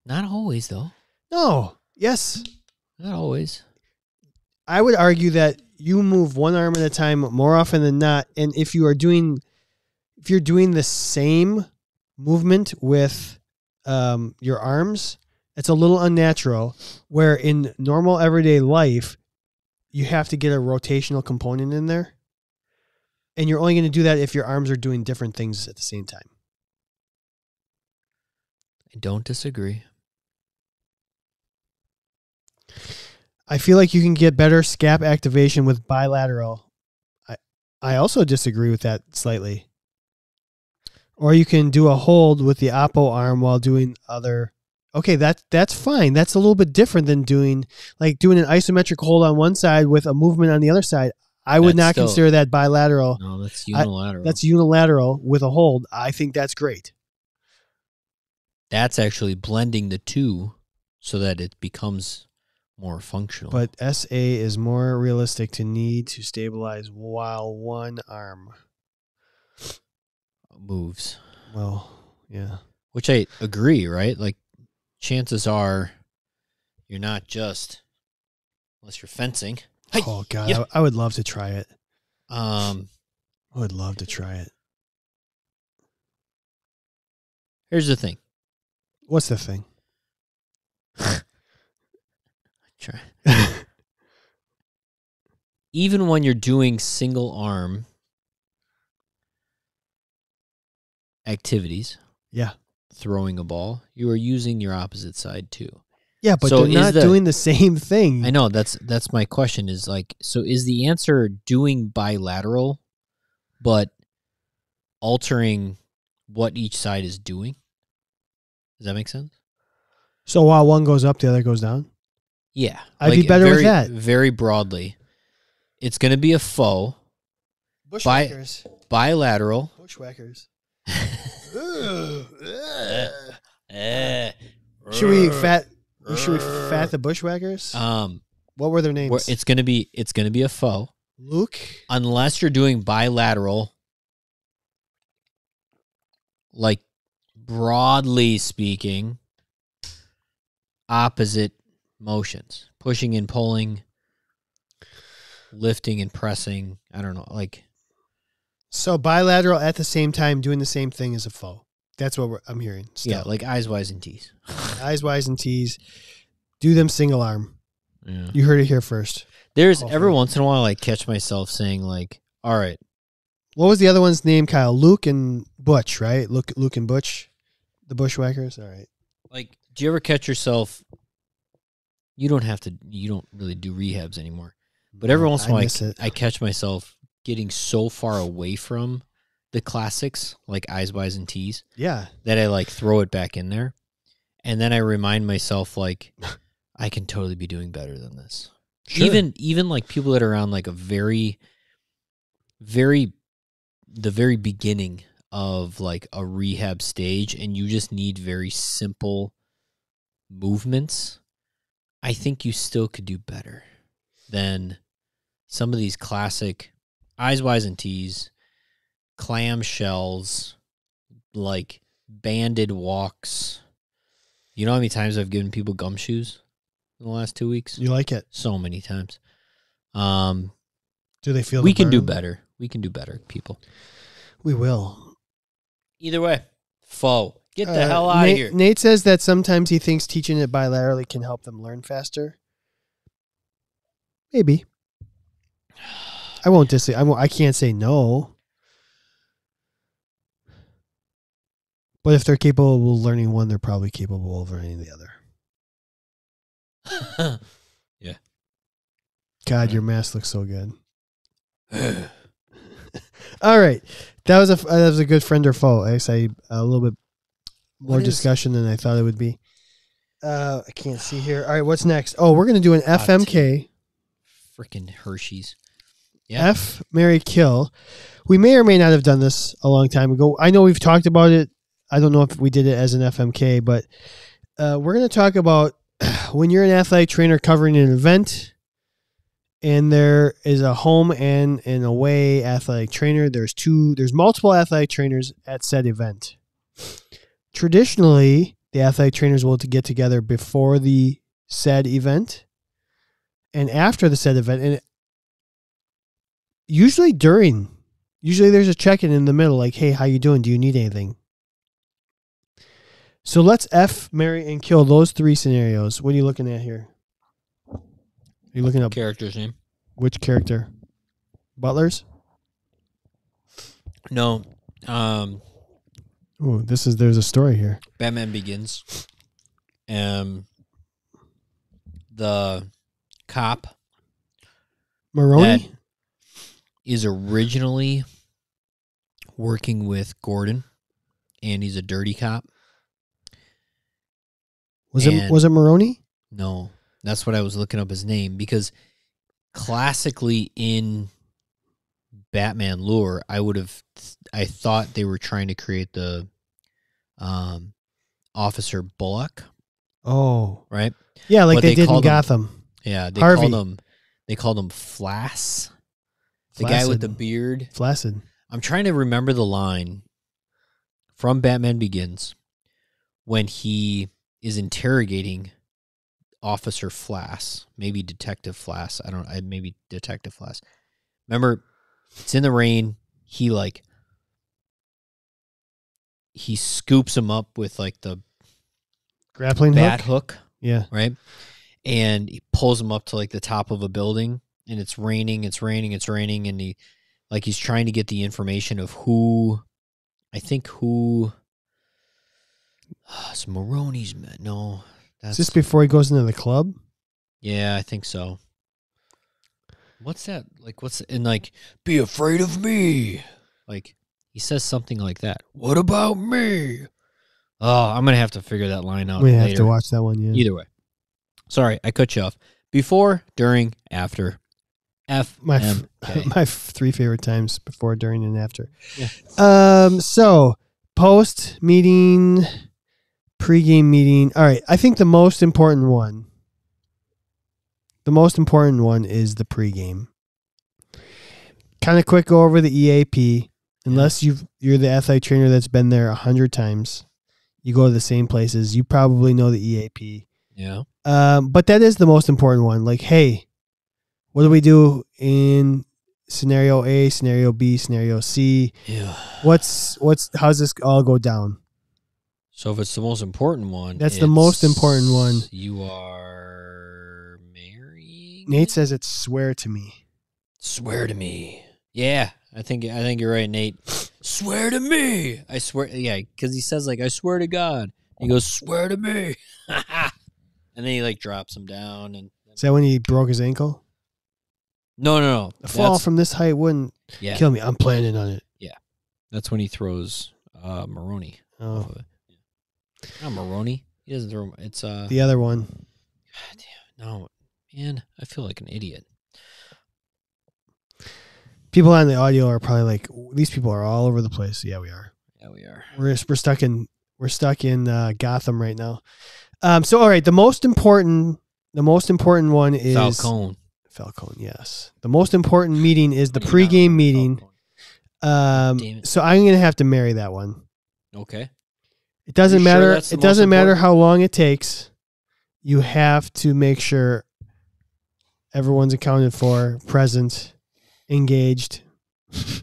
Not always though. No. Yes. Not always. I would argue that you move one arm at a time more often than not, and if you are doing, if you're doing the same movement with um, your arms, it's a little unnatural. Where in normal everyday life, you have to get a rotational component in there, and you're only going to do that if your arms are doing different things at the same time. I don't disagree. I feel like you can get better scap activation with bilateral. I I also disagree with that slightly. Or you can do a hold with the oppo arm while doing other. Okay, that that's fine. That's a little bit different than doing like doing an isometric hold on one side with a movement on the other side. I would That's not still- consider that bilateral. No, that's I- unilateral. That's unilateral with a hold. I think that's great. that's actually blending the two so that it becomes more functional. But SA is more realistic to need to stabilize while one arm. moves, Well, yeah. which I agree, right? Like, chances are, you're not just unless you're fencing. Hey, Oh god, yeah. I, I would love to try it. Um, I would love to try it. here's the thing. What's the thing? Try. even when you're doing single arm activities, Yeah, throwing a ball, you are using your opposite side too. yeah, but So they're is not the- doing the same thing. I know that's that's my question is like so is the answer doing bilateral but altering what each side is doing? Does that make sense? So while one goes up, the other goes down. Yeah. I'd be better with very, that. Very broadly. It's going to be a faux Bushwhackers. bilateral bushwhackers. Should Should we fat? Should we fat the bushwhackers? Um, what were their where names? it's gonna be it's gonna be a foe Luke. unless you're doing bilateral, like broadly speaking, opposite motions, pushing and pulling, lifting and pressing. I don't know, like So bilateral at the same time, doing the same thing as a foe. That's what we're, I'm hearing. yeah, Still. like eyes, wise, and tees. Eyes wise and T's. Do them single arm. Yeah. You heard it here first. There's Call every for it. once in a while I catch myself saying like, "All right." What was the other one's name, Kyle? Luke and Butch, right? Luke, Luke and Butch, the Bushwhackers. All right. like do you ever catch yourself you don't have to you don't really do rehabs anymore but every once in a I while miss it. I, I catch myself getting so far away from the classics like eyes wise and tees Yeah. that i like throw it back in there and then i remind myself like i can totally be doing better than this Sure. even even like people that are on like a very very the very beginning of like a rehab stage and you just need very simple movements i think you still could do better than some of these classic eyes wise and tees clam shells like banded walks you know how many times i've given people gumshoes in the last two weeks you like it. so many times. Um, Do they feel? we the can do burn? better. We can do better, people. We will. Either way, foe. Get the Uh, hell out Nate, of here. Nate says that sometimes he thinks teaching it bilaterally can help them learn faster. Maybe. I won't dis. I won't, I can't say no. But if they're capable of learning one, they're probably capable of learning the other. God, your mask looks so good. All right, that was a uh, that was a good friend or foe. I say a little bit more What is- discussion than I thought it would be. Uh, I can't see here. All right, what's next? Oh, we're gonna do an FMK. Freaking Hershey's. Yeah. F Mary Kill. We may or may not have done this a long time ago. I know we've talked about it. I don't know if we did it as an FMK, but uh, we're gonna talk about when you're an athletic trainer covering an event, and there is a home and an away athletic trainer. There's two. There's multiple athletic trainers at said event. Traditionally, the athletic trainers will to get together before the said event and after the said event, and usually during. Usually, there's a check in in the middle, like, "Hey, how you doing? Do you need anything?" So let's F, marry, and kill those three scenarios. What are you looking at here? Are you looking up Character's name. which character? Butler's? No. Um, Ooh, this is there's a story here. Batman Begins. Um, the cop Maroni? is originally working with Gordon, and he's a dirty cop. Was and- it was it Maroni? No, that's what I was looking up his name because classically in Batman lore, I would have I thought they were trying to create the um Officer Bullock, Oh. right? Yeah, like What they, they did in called him. Gotham. Yeah, they Harvey. called him they called him Flass, the guy with the Flaccid. beard. Flaccid. I'm trying to remember the line from Batman Begins when he is interrogating Officer Flass, maybe Detective Flass. I don't. I maybe Detective Flass. Remember, it's in the rain. He like he scoops him up with like the Grappling bat hook. hook Yeah. right? And he pulls him up to like the top of a building, and it's raining, it's raining, it's raining, and he, like, he's trying to get the information of who, I think who, it's Maroney's men. No, Is that's this before he goes into the club? yeah, I think so. What's that like? What's and like? Be afraid of me. Like he says something like that. What about me? Oh, I'm gonna have to figure that line out. We Oh, later. have to watch that one, yeah. Either way. Sorry, I cut you off. Before, during, after. F My f- M K. my f- three favorite times before, during, and after. Yeah. Um. So post meeting, pregame meeting. All right. I think the most important one. The most important one is the pregame. Kind of quick go over the EAP. Unless you've you're the athletic trainer that's been there a hundred times, you go to the same places. You probably know the E EAP. Yeah. Um, but that is the most important one. Like, hey, what do we do in scenario A, scenario B, scenario C? Yeah. What's what's how's this all go down? So if it's the most important one, That's the most it's- important one. You are marrying. Nate says it's swear to me. "Swear to me." Yeah, I think I think you're right, Nate. swear to me. I swear. Yeah, because he says like, "I swear to God." He goes, "Swear to me," and then he like drops him down and. Is that when he broke his ankle? No, no, no. A fall That's- from this height wouldn't yeah, kill me. I'm planning on it. that's when he throws uh, Maroney. off Oh, of it. Not Maroney. He doesn't throw. It's uh. the other one. God damn, no, man, I feel like an idiot. People on the audio are probably like, these people are all over the place. Yeah, we are. Yeah, we are. we're we're stuck in we're stuck in uh, Gotham right now. Um, so all right, the most important the most important one is Falcone. Falcone, yes. The most important meeting is the What do you not pregame remember meeting. Falcone? Um, Damn it. so I'm gonna have to marry that one. Okay. It doesn't sure matter. that's the it most doesn't matter important? how long it takes. You have to make sure everyone's accounted for, present, engaged.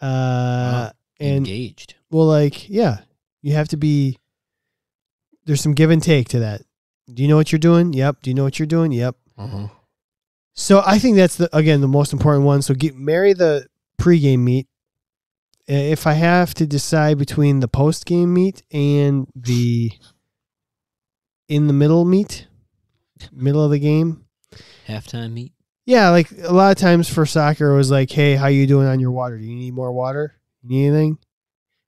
Uh, and Engaged. Well, like, yeah, you have to be. There's some give and take to that. Do you know what you're doing? Yep. Do you know what you're doing? Yep. Uh-huh. So I think that's the again the most important one. So get marry the pregame meet. Uh, If I have to decide between the postgame meet and the in the middle meet, middle of the game. Halftime meet. Yeah, like a lot of times for soccer it was like, hey, how you doing on your water? Do you need more water? You need anything?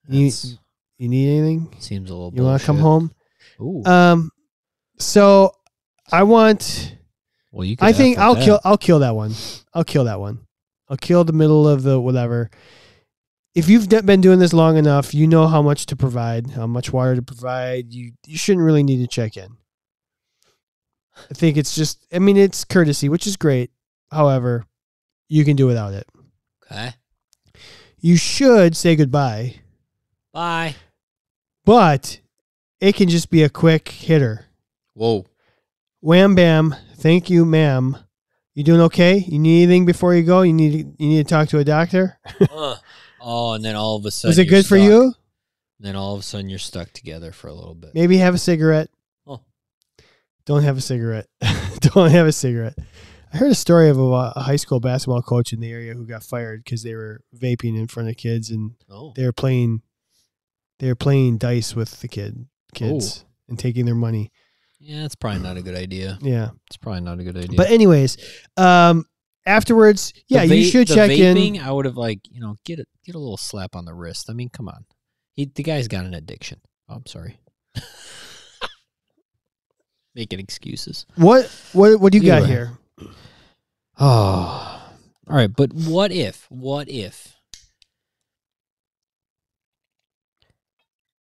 You, That's- you need anything? seems a little. You want to come bullshit. home? Uh, Ooh. Um, So I want. Well, you. Could I F think with I'll that. kill. I'll kill that one. I'll kill that one. I'll kill the middle of the whatever. If you've d- been doing this long enough, you know how much to provide, how much water to provide. You you shouldn't really need to check in. I think it's just. I mean, it's courtesy, which is great. However, you can do without it. Okay. You should say goodbye, Bye. but it can just be a quick hitter. Whoa. Wham bam. Thank you, ma'am. You doing okay? You need anything before you go? You need you need to talk to a doctor? Ugh. Oh, and then all of a sudden. Was it you're good for stuck. you? Then all of a sudden you're stuck together for a little bit. Maybe have a cigarette. Oh. Don't have a cigarette. Don't have a cigarette. I heard a story of a, a high school basketball coach in the area who got fired because they were vaping in front of kids and Oh. they were playing they were playing dice with the kid kids and taking their money. Yeah, it's probably not a good idea. Yeah. It's probably not a good idea. But anyways, um afterwards, yeah, The you va- should the check in. vaping, I would have like you know get a get a little slap on the wrist. I mean, come on, he, the guy's got an addiction. Oh, I'm sorry, making excuses. What what what do you got Anyway. here? Oh, all right. But what if? What if?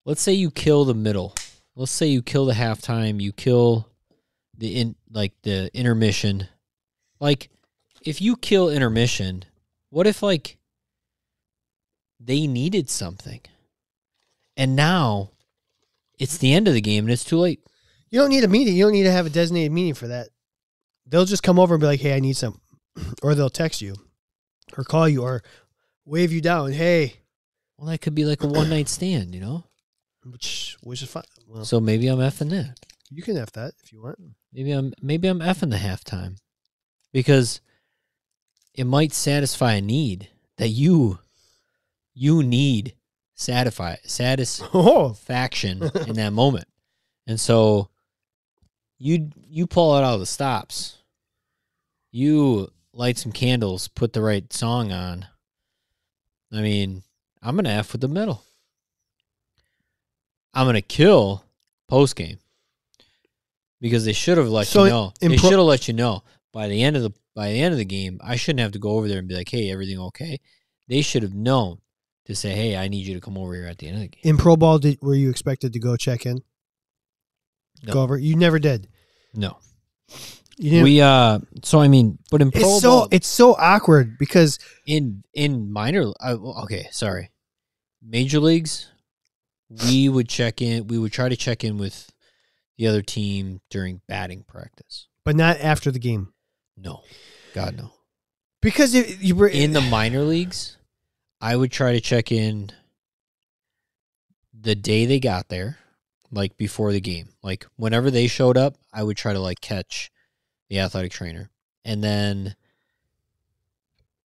Let's say you kill the middle. Let's say you kill the halftime. You kill the in like the intermission. Like, if you kill intermission, what if like they needed something, and now it's the end of the game and it's too late. You don't need a meeting. You don't need to have a designated meeting for that. They'll just come over and be like, "Hey, I need some," or they'll text you, or call you, or wave you down. Hey, Well, that could be like a one night stand, you know. which which is fine. Well, So maybe I'm effing that. you can have that if you want. Maybe I'm maybe I'm effing the halftime because it might satisfy a need that you you need satisfy Oh, satisfaction in that moment, and so you you pull out all the stops, you light some candles, put the right song on. I mean, I'm gonna f with the middle. I'm gonna kill post game because they should have let So you know. in they pro- should have let you know by the end of the by the end of the game. I shouldn't have to go over there and be like, "Hey, everything okay?" They should have known to say, "Hey, I need you to come over here at the end of the game." in pro ball, did, were you expected to go check in? No. Go over. You never did. No, You didn't. we uh. So I mean, but in pro it's so ball, it's so awkward because in in minor uh, well, okay sorry major leagues we would check in we would try to check in with the other team during batting practice but not after the game no god no because if you were in the minor leagues i would try to check in the day they got there like before the game like whenever they showed up i would try to like catch the athletic trainer and then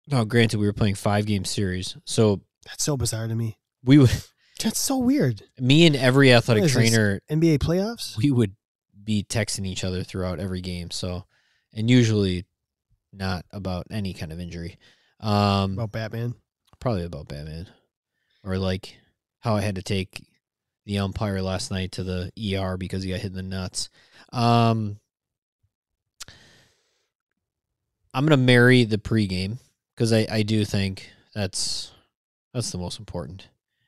now granted we were playing five game series so that's so bizarre to me. we would That's so weird. me and every athletic What is this? trainer NBA playoffs. we would be texting each other throughout every game so and usually not about any kind of injury um About Batman. probably about batman or like how i had to take the umpire last night to the er because he got hit in the nuts um i'm gonna marry the pregame because I, I do think that's that's the most important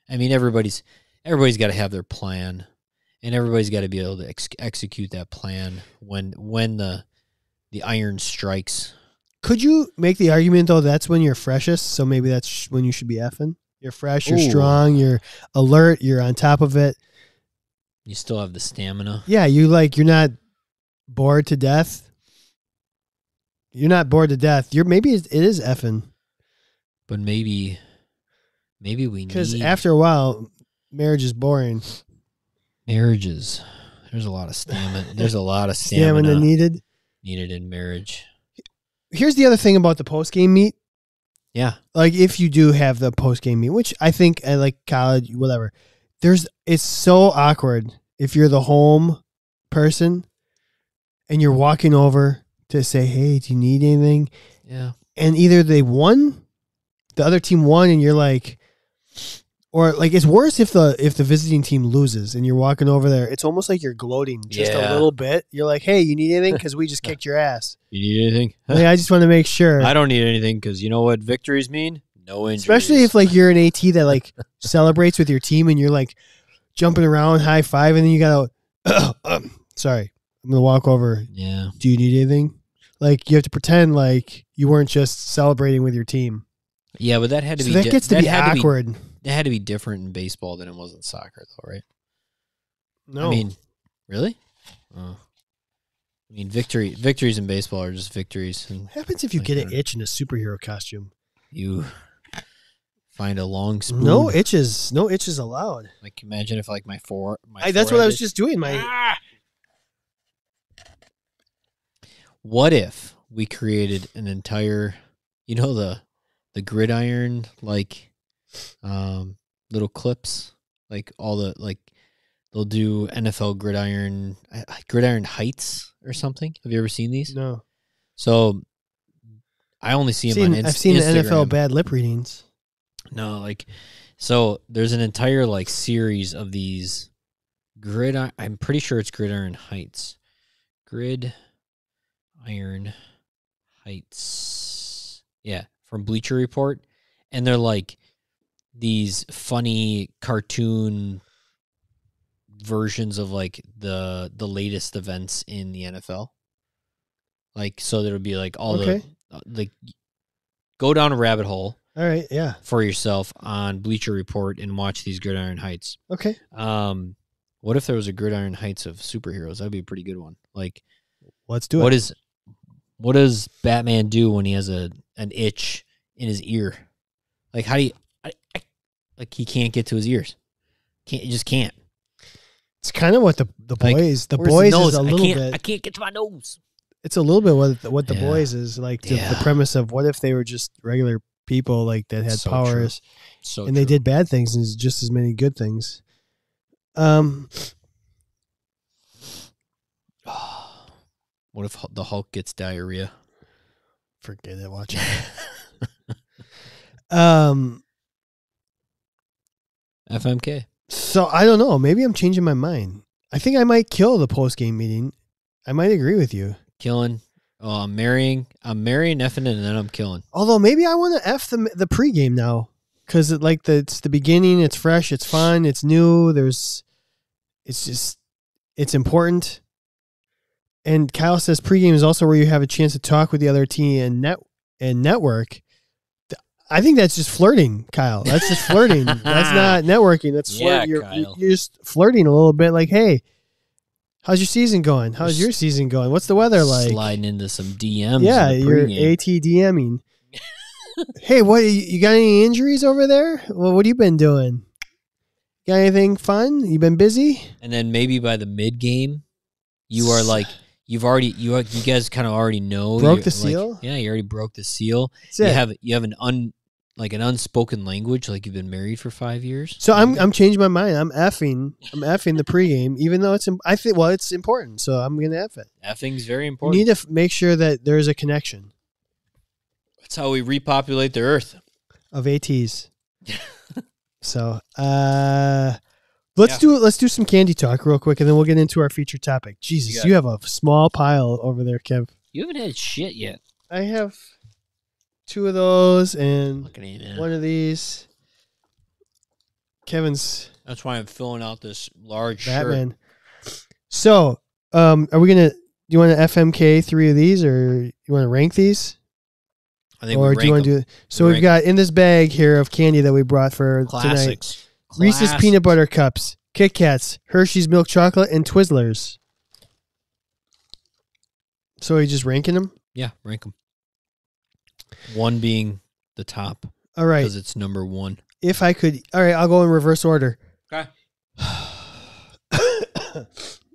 i mean everybody's everybody's got to have their plan and everybody's got to be able to ex- execute that plan when when the the iron strikes Could you make the argument though? That's when you're freshest, so maybe that's sh- when you should be effing. You're fresh, you're Ooh. strong, you're alert, you're on top of it. you still have the stamina Yeah, you like you're not bored to death. You're not bored to death. You're maybe it it is effing but maybe maybe we because need after a while, marriage is boring. marriages there's a lot of stamina there's a lot of stamina, Stamina needed. needed in marriage Here's the other thing about the post game meet. yeah like if you do have the post game meet, which I think I like college, whatever. There's it's so awkward if you're the home person and you're walking over to say, "Hey, do you need anything?" yeah And either they won, the other team won, and you're like, or like it's worse if the if the visiting team loses and you're walking over there. It's almost like you're gloating just Yeah. a little bit. You're like, "Hey, you need anything? Because we just kicked your ass." You need anything? Like, I just want to make sure, I don't need anything because you know what victories mean? No injuries. especially if like you're an AT that like celebrates with your team and you're like jumping around, high five, and then you gotta. um, sorry, I'm gonna walk over. yeah, Do you need anything? Like you have to pretend like you weren't just celebrating with your team. yeah, but that had to So be that di- gets to be had To awkward. be, that had to be different in baseball than it was in soccer, though, right? no, I mean, really? Oh. I mean, victory victories in baseball are just victories, and what happens if you like uh, get an that. itch in a superhero costume? you find a long spoon. No itches. No itches allowed. like imagine if like my four. My I, that's what forehead I Ah. was is- just doing. My What if we created an entire, you know the the gridiron like um little clips, like all the like they'll do NFL gridiron uh, gridiron heights or something. Have you ever seen these? no. So I only see them Seen- on Inst- I've seen the Instagram. NFL bad lip readings. No, like so there's an entire like series of these grid I'm pretty sure it's gridiron heights. Grid iron heights. Yeah, from Bleacher Report. And they're like these funny cartoon versions of like the the latest events in the NFL. Like so there'll be like all okay. the uh, like go down a rabbit hole All right. Yeah. for yourself on Bleacher Report and watch these Gridiron Heights. Okay. Um, what if there was a Gridiron Heights of superheroes? That'd be a pretty good one. Like, Let's do it. what is what does Batman do when he has a an itch in his ear? Like, how do you I, I, like he can't get to his ears? Can't he just can't. it's kind of what the the Like, boys the Where's boys nose? is a I little can't, I bit. can't get to my nose. It's a little bit what the, what the Yeah. boys is like the, the Yeah. premise of what if they were just regular people like that had So true. powers So and they true. did bad things and it's just as many good things. Um. what if the Hulk gets diarrhea? Forget it. Watch it. um. FMK. So I don't know. Maybe I'm changing my mind. I think I might kill the post game meeting. I might agree with you. killing. Oh, I'm marrying. I'm marrying effing, and then I'm killing. Although maybe I want to f the the pregame now because it like the, it's the beginning. It's fresh. It's fun. It's new. There's, it's just, it's important. And Kyle says pregame is also where you have a chance to talk with the other team and net and network. Th- I think that's just flirting, Kyle. That's just flirting. that's not networking. That's Yeah, flirt. You're, Kyle. you're just flirting a little bit. Like, hey, how's your season going? How's your season going? What's the weather like? sliding into some DMs. Yeah, in the you're pregame. ATDMing. hey, what you- you got any injuries over there? Well, what have you been doing? Got anything fun? You been busy? and then maybe by the mid game, you are like you've already you are, you guys kind of already know Broke you're the like- seal? yeah, you already broke the seal. That's it. You have you have an un like an unspoken language, like you've been married for five years. so I'm I'm changing my mind. I'm effing. I'm effing the pregame, even though it's im- I think well it's important. So I'm gonna eff it. effing's very You important. need to f- make sure that there is a connection That's how we repopulate the earth. of ATs. so uh, let's Yeah. do let's do some candy talk real quick, and then we'll get into our feature topic. Jesus, got you have a small pile over there, Kev. You haven't had shit yet. I have two of those and Look at you, man. one of these. Kevin's That's why I'm filling out this large shirt. Batman. So, um, are we gonna? Do you want to FMK three of these, or you want to rank these, I think or we do rank you want them. to do? So We we've rank got in this bag here of candy that we brought for tonight: classics. Reese's Classics. peanut butter cups, Kit Kats, Hershey's milk chocolate, and Twizzlers. So are you just ranking them? Yeah, rank them. One being the top All right. because it's number one. If I could, all right, I'll go in reverse order. Okay.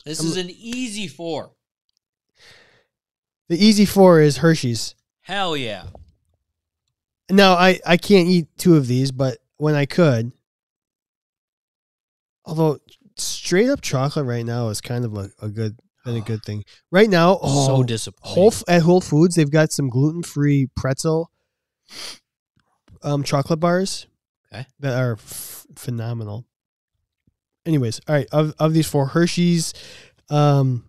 This I'm- is an easy four. The easy four is Hershey's. Hell yeah. Now I I can't eat two of these, but when I could, although straight up chocolate right now is kind of a, a good been a good thing. Right now, oh, so disappointing. Whole F- at Whole Foods they've got some gluten free pretzel um chocolate bars Okay. that are f- phenomenal. Anyways, all right. Of of these four, Hershey's, um,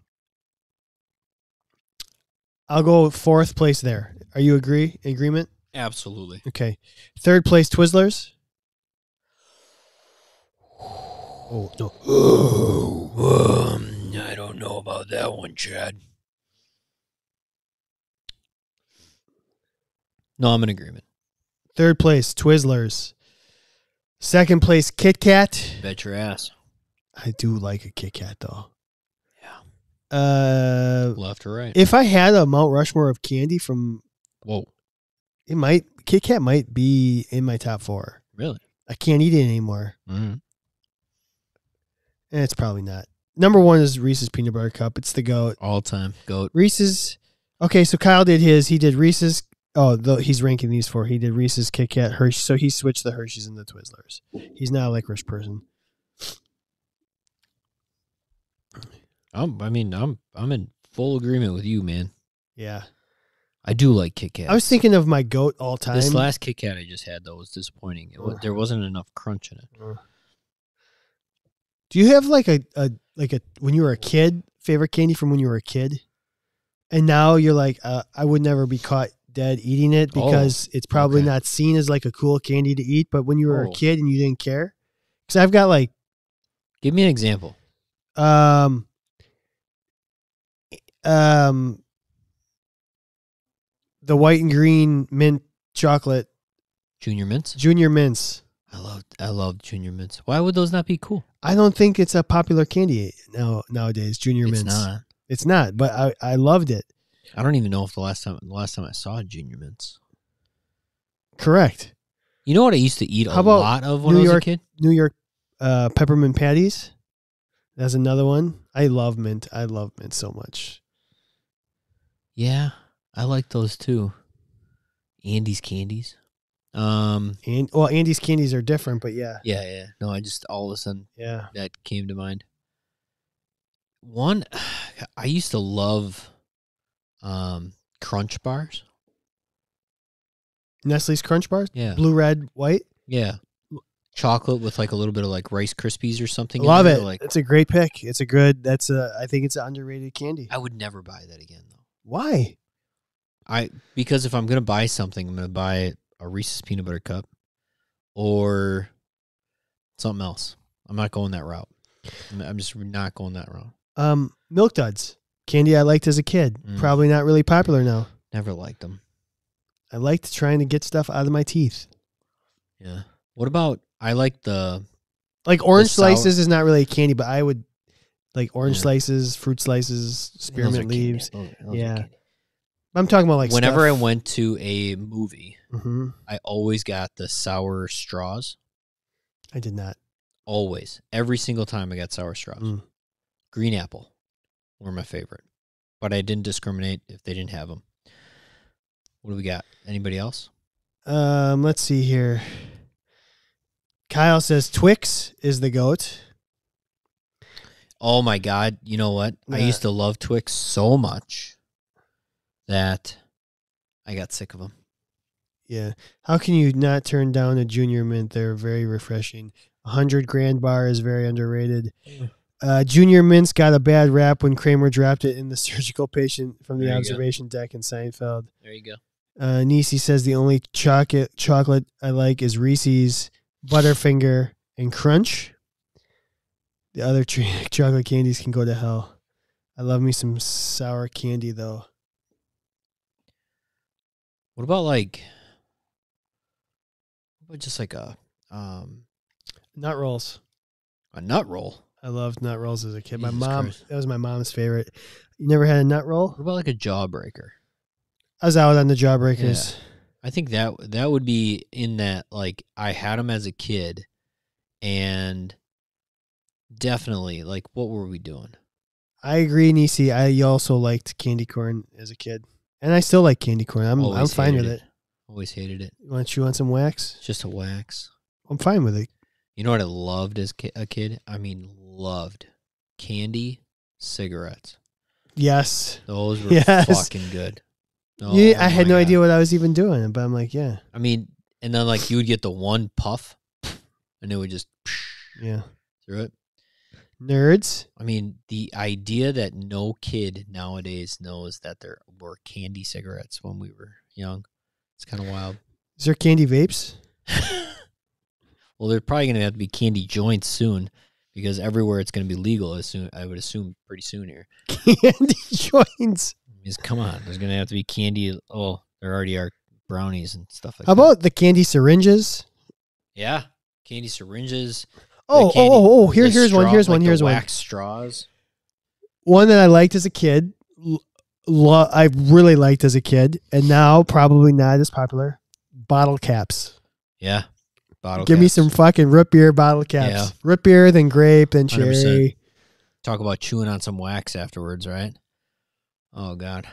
I'll go fourth place there. Are you agree agreement? Absolutely. Okay. Third place, Twizzlers. Oh no! Oh, um, I don't know about that one, Chad. No, I'm in agreement. Third place, Twizzlers. Second place, Kit Kat. Bet your ass. I do like a Kit Kat though. Yeah. Uh, Left or right. if I had a Mount Rushmore of candy from Whoa. it might Kit Kat might be in my top four. Really? I can't eat it anymore, Mm. and it's probably not. Number one is Reese's peanut butter cup. It's the goat. All time goat. Reese's. Okay, so Kyle did his. He did Reese's. Oh, the, he's ranking these four. He did Reese's, Kit Kat, Hershey. So he switched the Hershey's and the Twizzlers. He's not a licorice person. I'm, I mean, I'm I'm in full agreement with you, man. Yeah, I do like Kit Kat. I was thinking of my goat all time. This last Kit Kat I just had though was disappointing. It was, Ugh. there wasn't enough crunch in it. Do you have like a, a like a when you were a kid favorite candy from when you were a kid, and now you're like uh, I would never be caught dead eating it Oh, because it's probably okay. not seen as like a cool candy to eat. But when you were Oh. a kid and you didn't care, because I've got like Give me an example. um e, um the white and green mint chocolate Junior mints. junior mints. I love I love junior mints. Why would those not be cool? I don't think it's a popular candy now nowadays. Junior it's mints. not. It's not, but I, I loved it. I don't even know if the last time the last time I saw junior mints. Correct. You know what I used to eat a How about lot of when New I was York- a kid? New York uh, peppermint patties. That's another one. I love mint. I love mint so much. Yeah. I like those too. Andy's candies. Um And well, Andy's candies are different, but yeah, yeah, yeah. No, I just all of a sudden yeah. that came to mind. One, I used to love um, Crunch bars. Nestle's Crunch Bars, Yeah, blue, red, white. yeah. Chocolate with like a little bit of like Rice Krispies or something. in love there, it. Like it's a great pick. It's a good. That's a. I think it's an underrated candy. I would never buy that again though. Why? I because if I'm gonna buy something, I'm gonna buy a Reese's peanut butter cup or something else. I'm not going that route. I'm- I'm just not going that route. Um, Milk Duds, candy I liked as a kid. Mm. Probably not really popular now. Never liked them. I liked trying to get stuff out of my teeth. Yeah. What about I like the Like orange sour- slices is not really a candy, but I would like orange Yeah. slices, fruit slices, Those are spearmint candy. leaves. Those- those are Yeah. candy. I'm talking about like Whenever I went to a movie, I hmm I always got the sour straws. I did not. Always, every single time, I got sour straws. Mm. Green apple were my favorite, but I didn't discriminate if they didn't have them. What do we got? Anybody else? Um, let's see here. Kyle says Twix is the goat. Oh my god! You know what? I Yeah. used to love Twix so much that I got sick of them. Yeah. How can you not turn down a junior mint? They're very refreshing. A hundred grand bar is very underrated. Yeah. Uh, junior mints got a bad rap when Kramer dropped it in the surgical patient from the There you go. observation deck in Seinfeld. There you go. Uh, Nisi says the only chocolate chocolate I like is Reese's, Butterfinger, and Crunch. The other tr- chocolate candies can go to hell. I love me some sour candy though. What about like, what about just like a um Nut rolls. a nut roll? I loved nut rolls as a kid. my Jesus mom Christ. that was my mom's favorite. You never had a nut What roll? about like a jawbreaker? I was out on the jawbreakers. I think that that would be in that like I had them as a kid, and definitely like what were we doing? I agree, Nisi. I also liked candy corn as a kid. And I still like candy corn. I'm I'm Always fine with hated it. it. Always hated it. You want to chew on some wax? It's just a wax. I'm fine with it. You know what I loved as ki- a kid? I mean, loved candy cigarettes. Yes. Those were Yes. fucking good. yeah, Oh I had my no God. idea what I was even doing, but I'm like, yeah, I mean, and then like you would get the one puff, and it would just Yeah. through it. Nerds. I mean, the idea that no kid nowadays knows that there were candy cigarettes when we were young, it's kind of wild. Is there candy vapes? well, they're probably going to have to be candy joints soon because everywhere it's going to be legal. As soon, I would assume pretty soon here. Candy joints. I mean, come on, there's going to have to be candy. Oh, there already are brownies and stuff like How that. about the candy syringes? yeah, candy syringes. the Oh, candy- oh, oh, oh, here, the here's one, straw- here's like one, the here's one. wax straws. One that I liked as a kid. L- lo- I really liked as a kid, and now probably not as popular. Bottle caps. Yeah, bottle. Give me caps. some fucking root beer bottle caps. Yeah. Root beer, then grape, then cherry. 100%. talk about chewing on some wax afterwards, right? Oh God.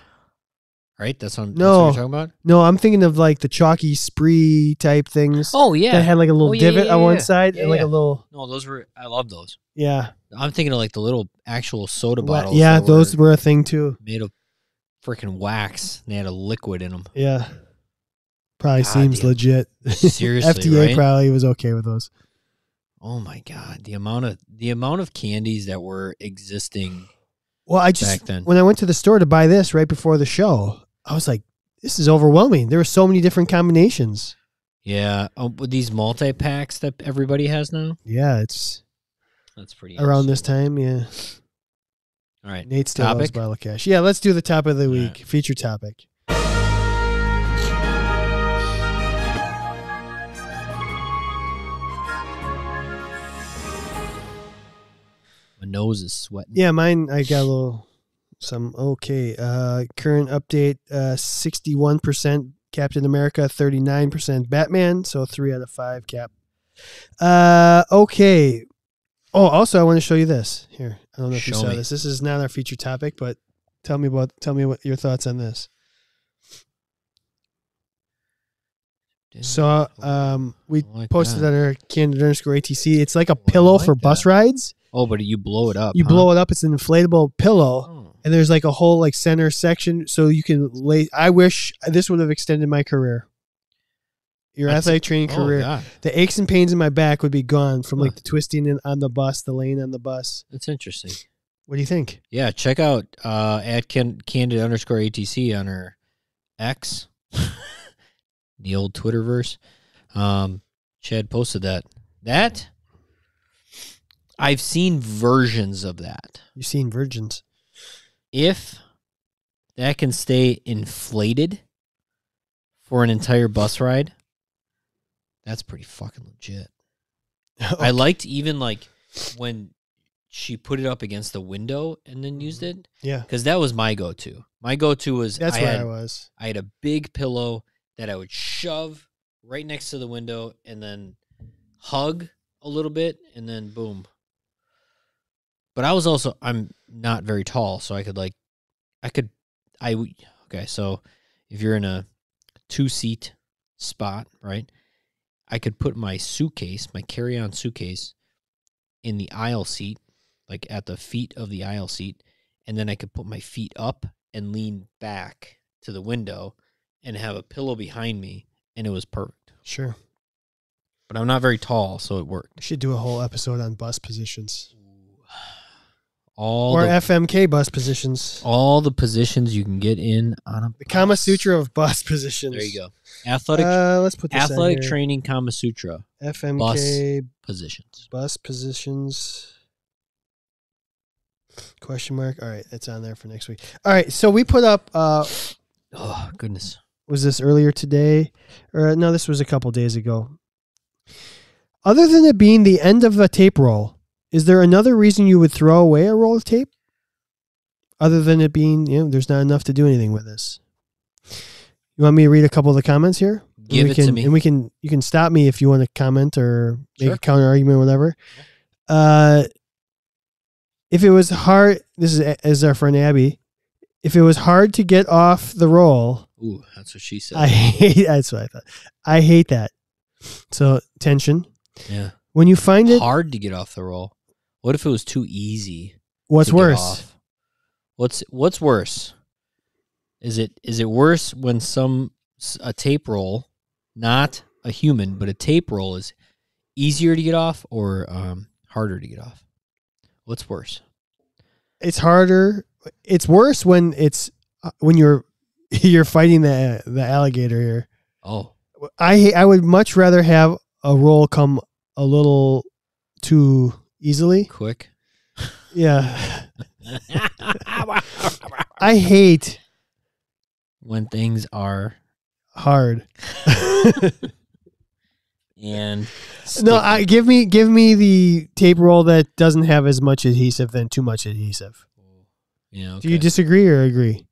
Right? That's what, No. that's what you're talking about? No, I'm thinking of like the chalky spree type things Oh yeah. that had like a little Oh, yeah, divot yeah, on yeah, one yeah. side Yeah, and like yeah. a little no, those were I love those. yeah I'm thinking of like the little actual soda Wa- bottles. yeah. that Those were a thing too. made of freaking wax. And they had a liquid in them. Yeah, probably God seems damn. legit. Seriously, FDA right? probably was okay with those. Oh my god, the amount of the amount of candies that were existing Well, I just back then. when I went to the store to buy this right before the show, I was like, this is overwhelming. There were so many different combinations. Yeah, oh, but these multi packs that everybody has now. Yeah, it's That's pretty around this interesting. time. Yeah, All right, Nate still loves Topic? bottle cash. Yeah, let's do the top of the All week right. feature topic. my nose is sweating. Yeah, mine. I got a little some okay. Uh, current update: uh, sixty-one percent Captain America, thirty-nine percent Batman. So three out of five Cap. Uh, okay. Oh, also, I want to show you this here. I don't know if you Show saw me. this. This is not our feature topic, but tell me about tell me what your thoughts on this. So, um, we I like posted that. on our Canada underscore ATC. It's like a Oh, I pillow like for bus that. rides. Oh, but you blow it up. You huh? blow it up. It's an inflatable pillow. Oh. and there's like a whole like center section so you can lay i wish this would have extended my career your That's- athletic training Oh, career God. the aches and pains in my back would be gone from like Huh. the twisting in, on the bus the laying on the bus That's interesting. what do you think Yeah, check out uh, at can- candid underscore ATC on her X, the old Twitterverse. Um, Chad posted that. That I've seen versions of that. you've seen virgins If that can stay inflated for an entire bus ride, that's pretty fucking legit. I liked even like when she put it up against the window and then used it yeah because that was my go-to. My go-to was Mm-hmm. that's I where had i I, was had a big pillow that I would shove right next to the window and then hug a little bit and then boom. But I was also I'm not very tall, so I could like I could I w- okay, so if you're in a two-seat spot, right? I could put my suitcase, my carry-on suitcase in the aisle seat, like at the feet of the aisle seat, and then I could put my feet up and lean back to the window and have a pillow behind me, and it was perfect. sure But I'm not very tall, so it worked. we should do a whole episode on bus positions All or the, fmk bus positions all the positions you can get in on a the kama bus. sutra of bus positions There you go. Athletic uh, let's put this on athletic here. training Kama Sutra fmk positions. bus positions question mark all right it's on there for next week all right so we put up uh Oh goodness. was this earlier today or no this was a couple days ago other than it being the end of a tape roll is there another reason you would throw away a roll of tape other than it being you know there's not enough to do anything with this you want me to read a couple of the comments here And Give we it can, to me. and we can you can stop me if you want to comment or make Sure. a counter argument or whatever uh if it was hard this is, is our friend abby if it was hard to get off the roll Ooh, that's what she said. I hate that's what I thought. I hate that. So tension. yeah. When you find it, Hard to get off the roll. What if it was too easy? what's to get worse? off. What's what's worse? Is it is it worse when some s- a tape roll, not a human, but a tape roll is easier to get off or um, harder to get off? What's worse? It's harder. It's worse when it's uh, when you're you're fighting the uh, the alligator here. Oh, I I would much rather have a roll come a little too easily. quick. Yeah. I hate when things are hard. and no, I give me give me the tape roll that doesn't have as much adhesive than too much adhesive. yeah. Do you disagree or agree?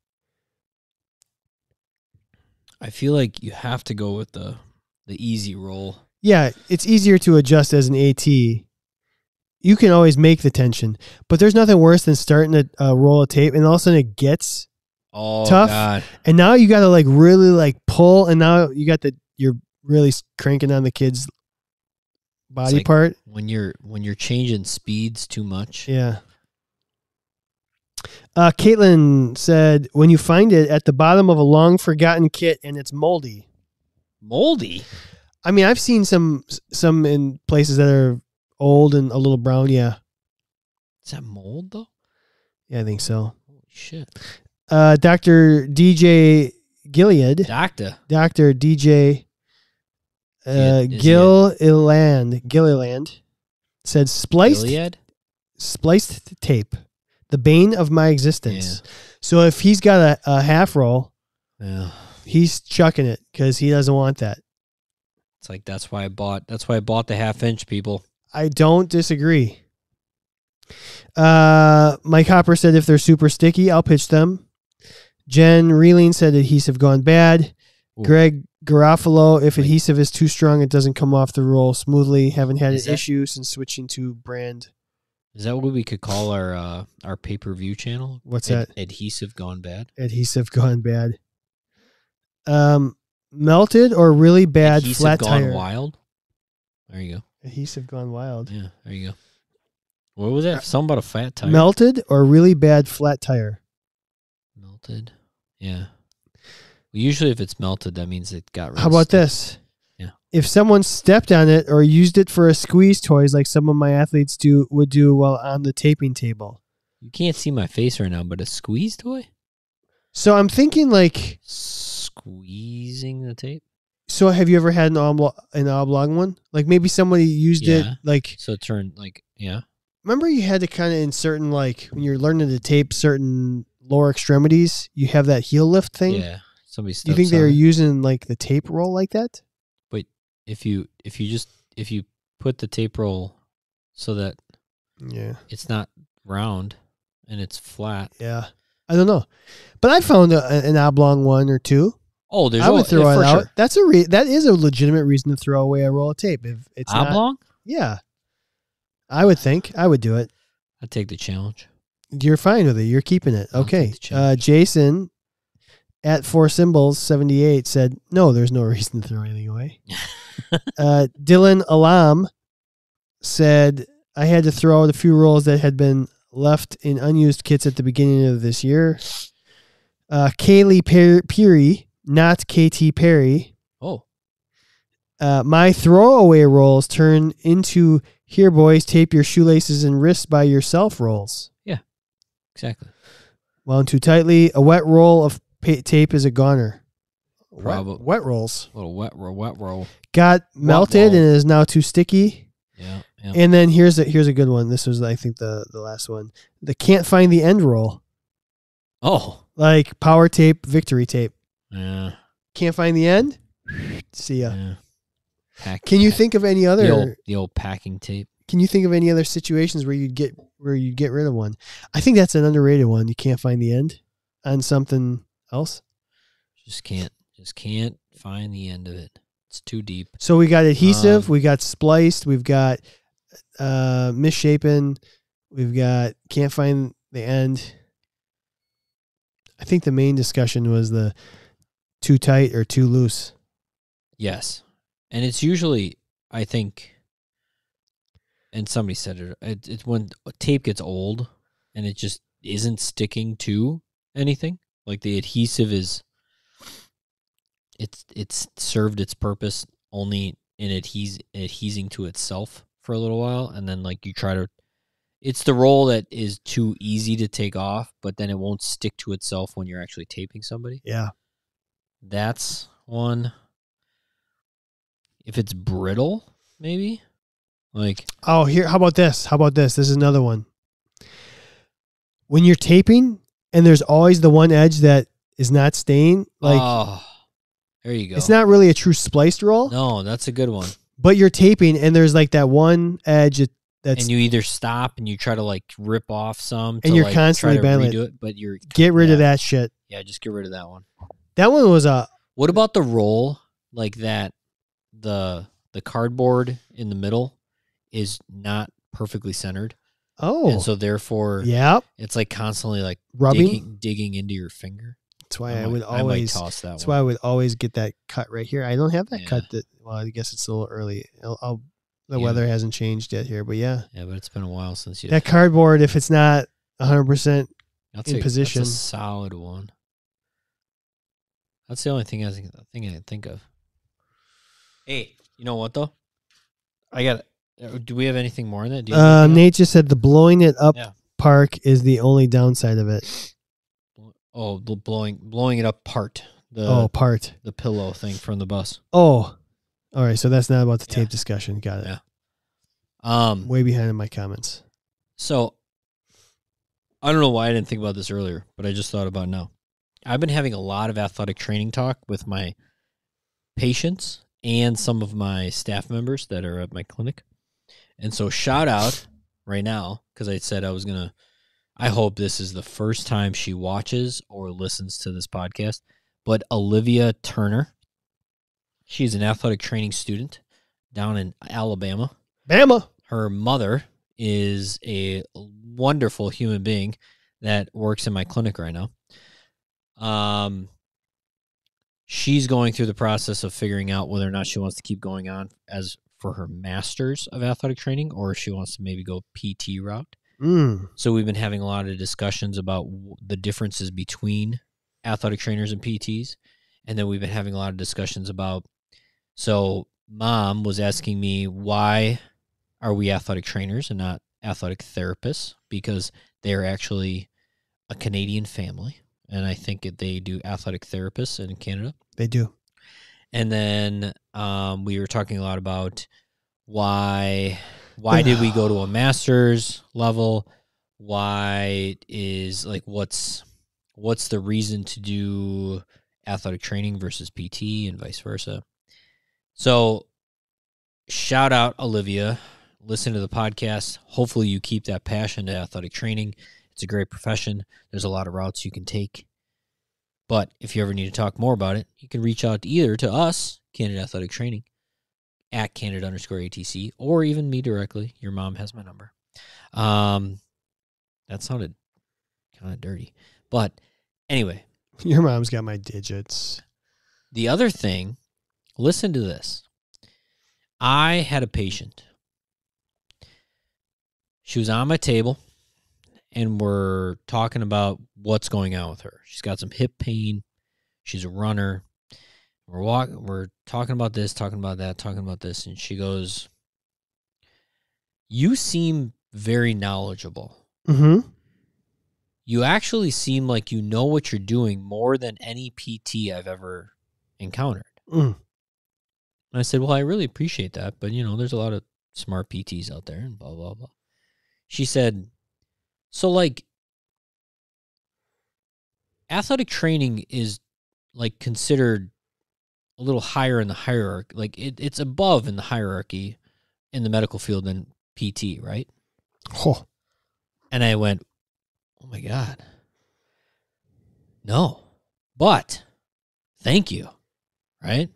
I feel like you have to go with the the easy roll. Yeah, it's easier to adjust as an AT. You can always make the tension, but there's nothing worse than starting to uh, roll a tape and all of a sudden it gets, Oh Tough. God. and now you got to like really like pull, and now you got the you're really cranking on the kid's body like- part. when you're when you're changing speeds too much. Yeah. Uh, Caitlin said, when you find it at the bottom of a long forgotten kit and it's moldy. Moldy. I mean, I've seen some some in places that are old and a little brown. Yeah, Is that mold though? yeah, I think so. Holy shit. Uh, Doctor DJ Gilead, Doctor. Doctor DJ uh, Is he a- Gilliland, Gilliland said, spliced Gilead? spliced t- tape, the bane of my existence. So if he's got a, a half roll, Yeah. he's chucking it because he doesn't want that. It's like that's why I bought that's why I bought the half inch people. I don't disagree. Uh, Mike Hopper said if they're super sticky, I'll pitch them. Jen Reeling said adhesive gone bad. Ooh. Greg Garofalo, if Like- adhesive is too strong, it doesn't come off the roll smoothly. Haven't had Is an that- issue since switching to brand. Is that what we could call our uh our pay per view channel? What's Ad- that? Adhesive gone bad. Adhesive gone bad. Um, melted or really bad Adhesive flat gone tire. wild. There you go. Adhesive gone wild. Yeah, there you go. What was Uh, that? Something about a fat tire. Melted or really bad flat tire. Melted. Yeah. Well, usually, if it's melted, that means it got. Really How about stiff. this? Yeah. If someone stepped on it or used it for a squeeze toys like some of my athletes do would do while on the taping table. You can't see my face right now, but a squeeze toy. So I'm thinking like Squeezing the tape, so have you ever had an oblong an oblong one? Like maybe somebody used it Yeah. like so it turned like yeah. remember you had to kind of in certain like when you're learning to tape certain lower extremities, you have that heel lift thing. Yeah, somebody. Do you steps think they on were it. using like the tape roll like that? If you if you just if you put the tape roll so that Yeah. it's not round and it's flat. Yeah. I don't know. But I found a, an oblong one or two. Oh, there's I would al- throw yeah, it for out. sure. That's a re- that is a legitimate reason to throw away a roll of tape. If it's not- oblong. yeah, I would think I would do it. I'd take the challenge. You're fine with it. You're keeping it. I'll Okay. take the Uh, Jason at four symbols seventy eight said no. There's no reason to throw anything away. uh, Dylan Alam said I had to throw out a few rolls that had been left in unused kits at the beginning of this year. Uh, Kaylee per- Peary, not KT Perry. Oh, Uh, my throwaway rolls turn into here, boys, tape your shoelaces and wrists by yourself rolls. exactly. Wound too tightly. A wet roll of pa- tape is a goner. Probab- Wet, wet rolls. little wet roll, wet roll. Got melted roll. and is now too sticky. Yeah, yeah. And then here's a, here's a good one. This was, I think, the, the last one. The can't find the end roll. oh, Like power tape, victory tape. yeah. Can't find the end? See ya. Yeah. Pack- Can you pack- think of any other the old, the old packing tape? Can you think of any other situations where you'd get where you'd get rid of one? I think that's an underrated one. You can't find the end on something else. Just can't just can't find the end of it. It's too deep. So we got adhesive, Um, we got spliced, we've got uh, misshapen, we've got can't find the end. I think the main discussion was the too tight or too loose. Yes, and it's usually I think, and somebody said it. it it's when tape gets old and it just isn't sticking to anything. Like the adhesive is, it's it's served its purpose only and adhes- adhesing to itself for a little while, and then like you try to. It's the roll that is too easy to take off, but then it won't stick to itself when you're actually taping somebody. Yeah. That's one. If it's brittle, maybe like Oh, here. How about this? How about this? This is another one. When you're taping, and there's always the one edge that is not staying, like oh, there you go. it's not really a true spliced roll, no, that's a good one. but you're taping, and there's like that one edge that- that's and you either stop and you try to like rip off some, to, And you're like, constantly try to battling. redo it, but you're get rid of yeah. that shit. yeah, just get rid of that one. That one was a What about the roll like that? The the cardboard in the middle is not perfectly centered, oh and so therefore yeah it's like constantly like rubbing. digging, digging into your finger. That's why I I might- would I might always. toss that That's one. why I would always get that cut right here. I don't have that Yeah. cut. That well, I guess it's a little early. I'll, I'll, the Yeah. weather hasn't changed yet here, but yeah, Yeah, but it's been a while since you. that cardboard. If it's not 100 percent that's in a, position. That's a solid one. That's the only thing I think, thing I can think of. Hey, you know what though? I got it. Do we have anything more in that? Do you Uh, think we have- Nate just said the blowing it up Yeah. park is the only downside of it. oh, the blowing blowing it apart the oh, part. the pillow thing from the bus. Oh, all right. So that's not about the Yeah. tape discussion. Got it. Yeah. Um, Way behind in my comments. So I don't know why I didn't think about this earlier, but I just thought about it now. I've been having a lot of athletic training talk with my patients and some of my staff members that are at my clinic. And so shout out right now cuz I said I was going to I hope this is the first time she watches or listens to this podcast, but Olivia Turner. She's an athletic training student down in Alabama Bama. her mother is a wonderful human being that works in my clinic right now. Um, she's going through the process of figuring out whether or not she wants to keep going on as for her masters of athletic training or if she wants to maybe go PT route. Mm. So we've been having a lot of discussions about w- the differences between athletic trainers and PTs, and then we've been having a lot of discussions about. So mom was asking me why are we athletic trainers and not athletic therapists because they are actually a Canadian family, and I think that they do athletic therapists in Canada. They do. And then um, we were talking a lot about why why did we go to a master's level? Why is like what's what's the reason to do athletic training versus PT and vice versa? So shout out Olivia. Listen to the podcast. Hopefully you keep that passion to athletic training. It's a great profession. There's a lot of routes you can take. But if you ever need to talk more about it, you can reach out either to us, Candid Athletic Training, at Candid underscore ATC, or even me directly. Your mom has my number. Um, that sounded kind of dirty. But anyway, Your mom's got my digits. the other thing, listen to this. I had a patient. She was on my table and we're talking about what's going on with her. She's got some hip pain. She's a runner. We're walk we're talking about this, talking about that, talking about this and she goes, "You seem very knowledgeable." Mm-hmm. you actually seem like you know what you're doing more than any PT I've ever encountered. Mm. And I said, Well, I really appreciate that, but you know, there's a lot of smart PTs out there and blah, blah, blah. She said, So, like, athletic training is like considered a little higher in the hierarchy. Like, it, it's above in the hierarchy in the medical field than PT, right? Oh, And I went, Oh my God. No. But thank you. Right?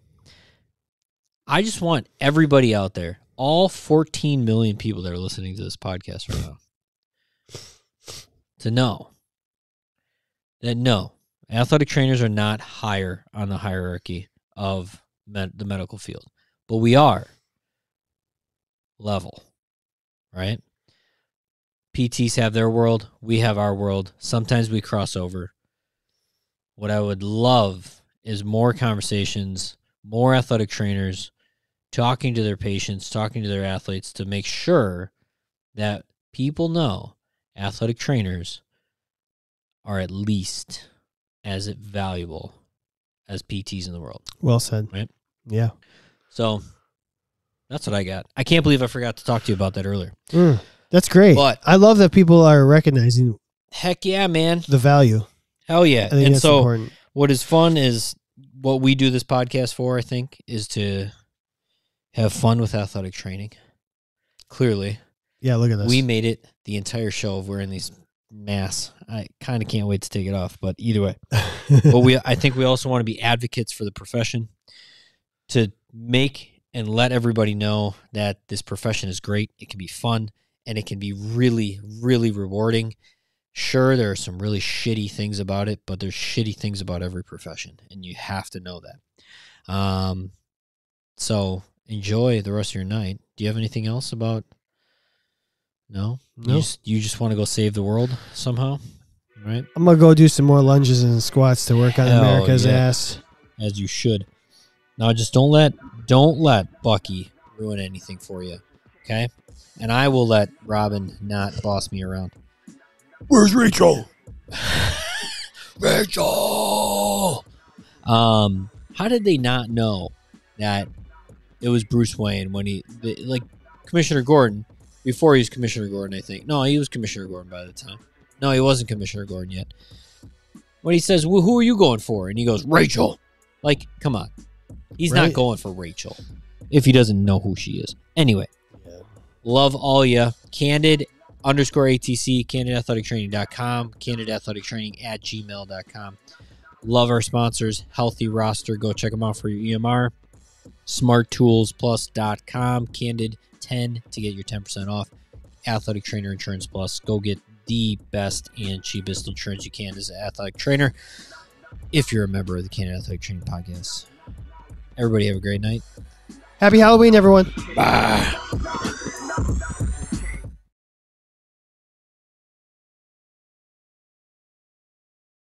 I just want everybody out there, all 14 million people that are listening to this podcast right now, to know that no, athletic trainers are not higher on the hierarchy of med- the medical field, but we are level. Right? PTs have their world, we have our world. Sometimes we cross over. What I would love is more conversations, more athletic trainers talking to their patients, talking to their athletes to make sure that people know athletic trainers are at least as valuable as PTs in the world. Well said. Right. Yeah. So that's what I got. I can't believe I forgot to talk to you about that earlier. Mm, that's great. But- I love that people are recognizing Heck yeah, man. the value. Hell yeah. I think And that's so important. what is fun is what we do this podcast for, I think, is to have fun with athletic training. Clearly, Yeah, look at this. we made it the entire show of wearing these masks. I kind of can't wait to take it off, but either way, but we I think we also want to be advocates for the profession to make and let everybody know that this profession is great. It can be fun and it can be really, really rewarding. Sure, there are some really shitty things about it, but there's shitty things about every profession, and you have to know that. Um, so enjoy the rest of your night. Do you have anything else about? No, No. You just, you just want to go save the world somehow, right? I'm gonna go do some more lunges and squats to work on Hell America's yeah. ass. as you should. Now just don't let don't let Bucky ruin anything for you. Okay? And I will let Robin not boss me around. Where's Rachel? Rachel Um how did they not know that it was Bruce Wayne when he the, like Commissioner Gordon before he was Commissioner Gordon, I think. No, he was Commissioner Gordon by the time. No, he wasn't Commissioner Gordon yet. When he says, well, "Who are you going for?" and he goes, "Rachel," like, come on, he's Right. not going for Rachel if he doesn't know who she is. Anyway, love all ya. Candid underscore ATC, candidathletictraining.com, candidathletictraining at gmail.com. Love our sponsors, Healthy Roster. Go check them out for your E EMR. SmartToolsPlus.com, Candid 10 to get your 10% off. Athletic Trainer Insurance Plus. Go get the best and cheapest insurance you can as an athletic trainer if you're a member of the Canada Athletic Training Podcast. Everybody have a great night. Happy Halloween, everyone. Bye.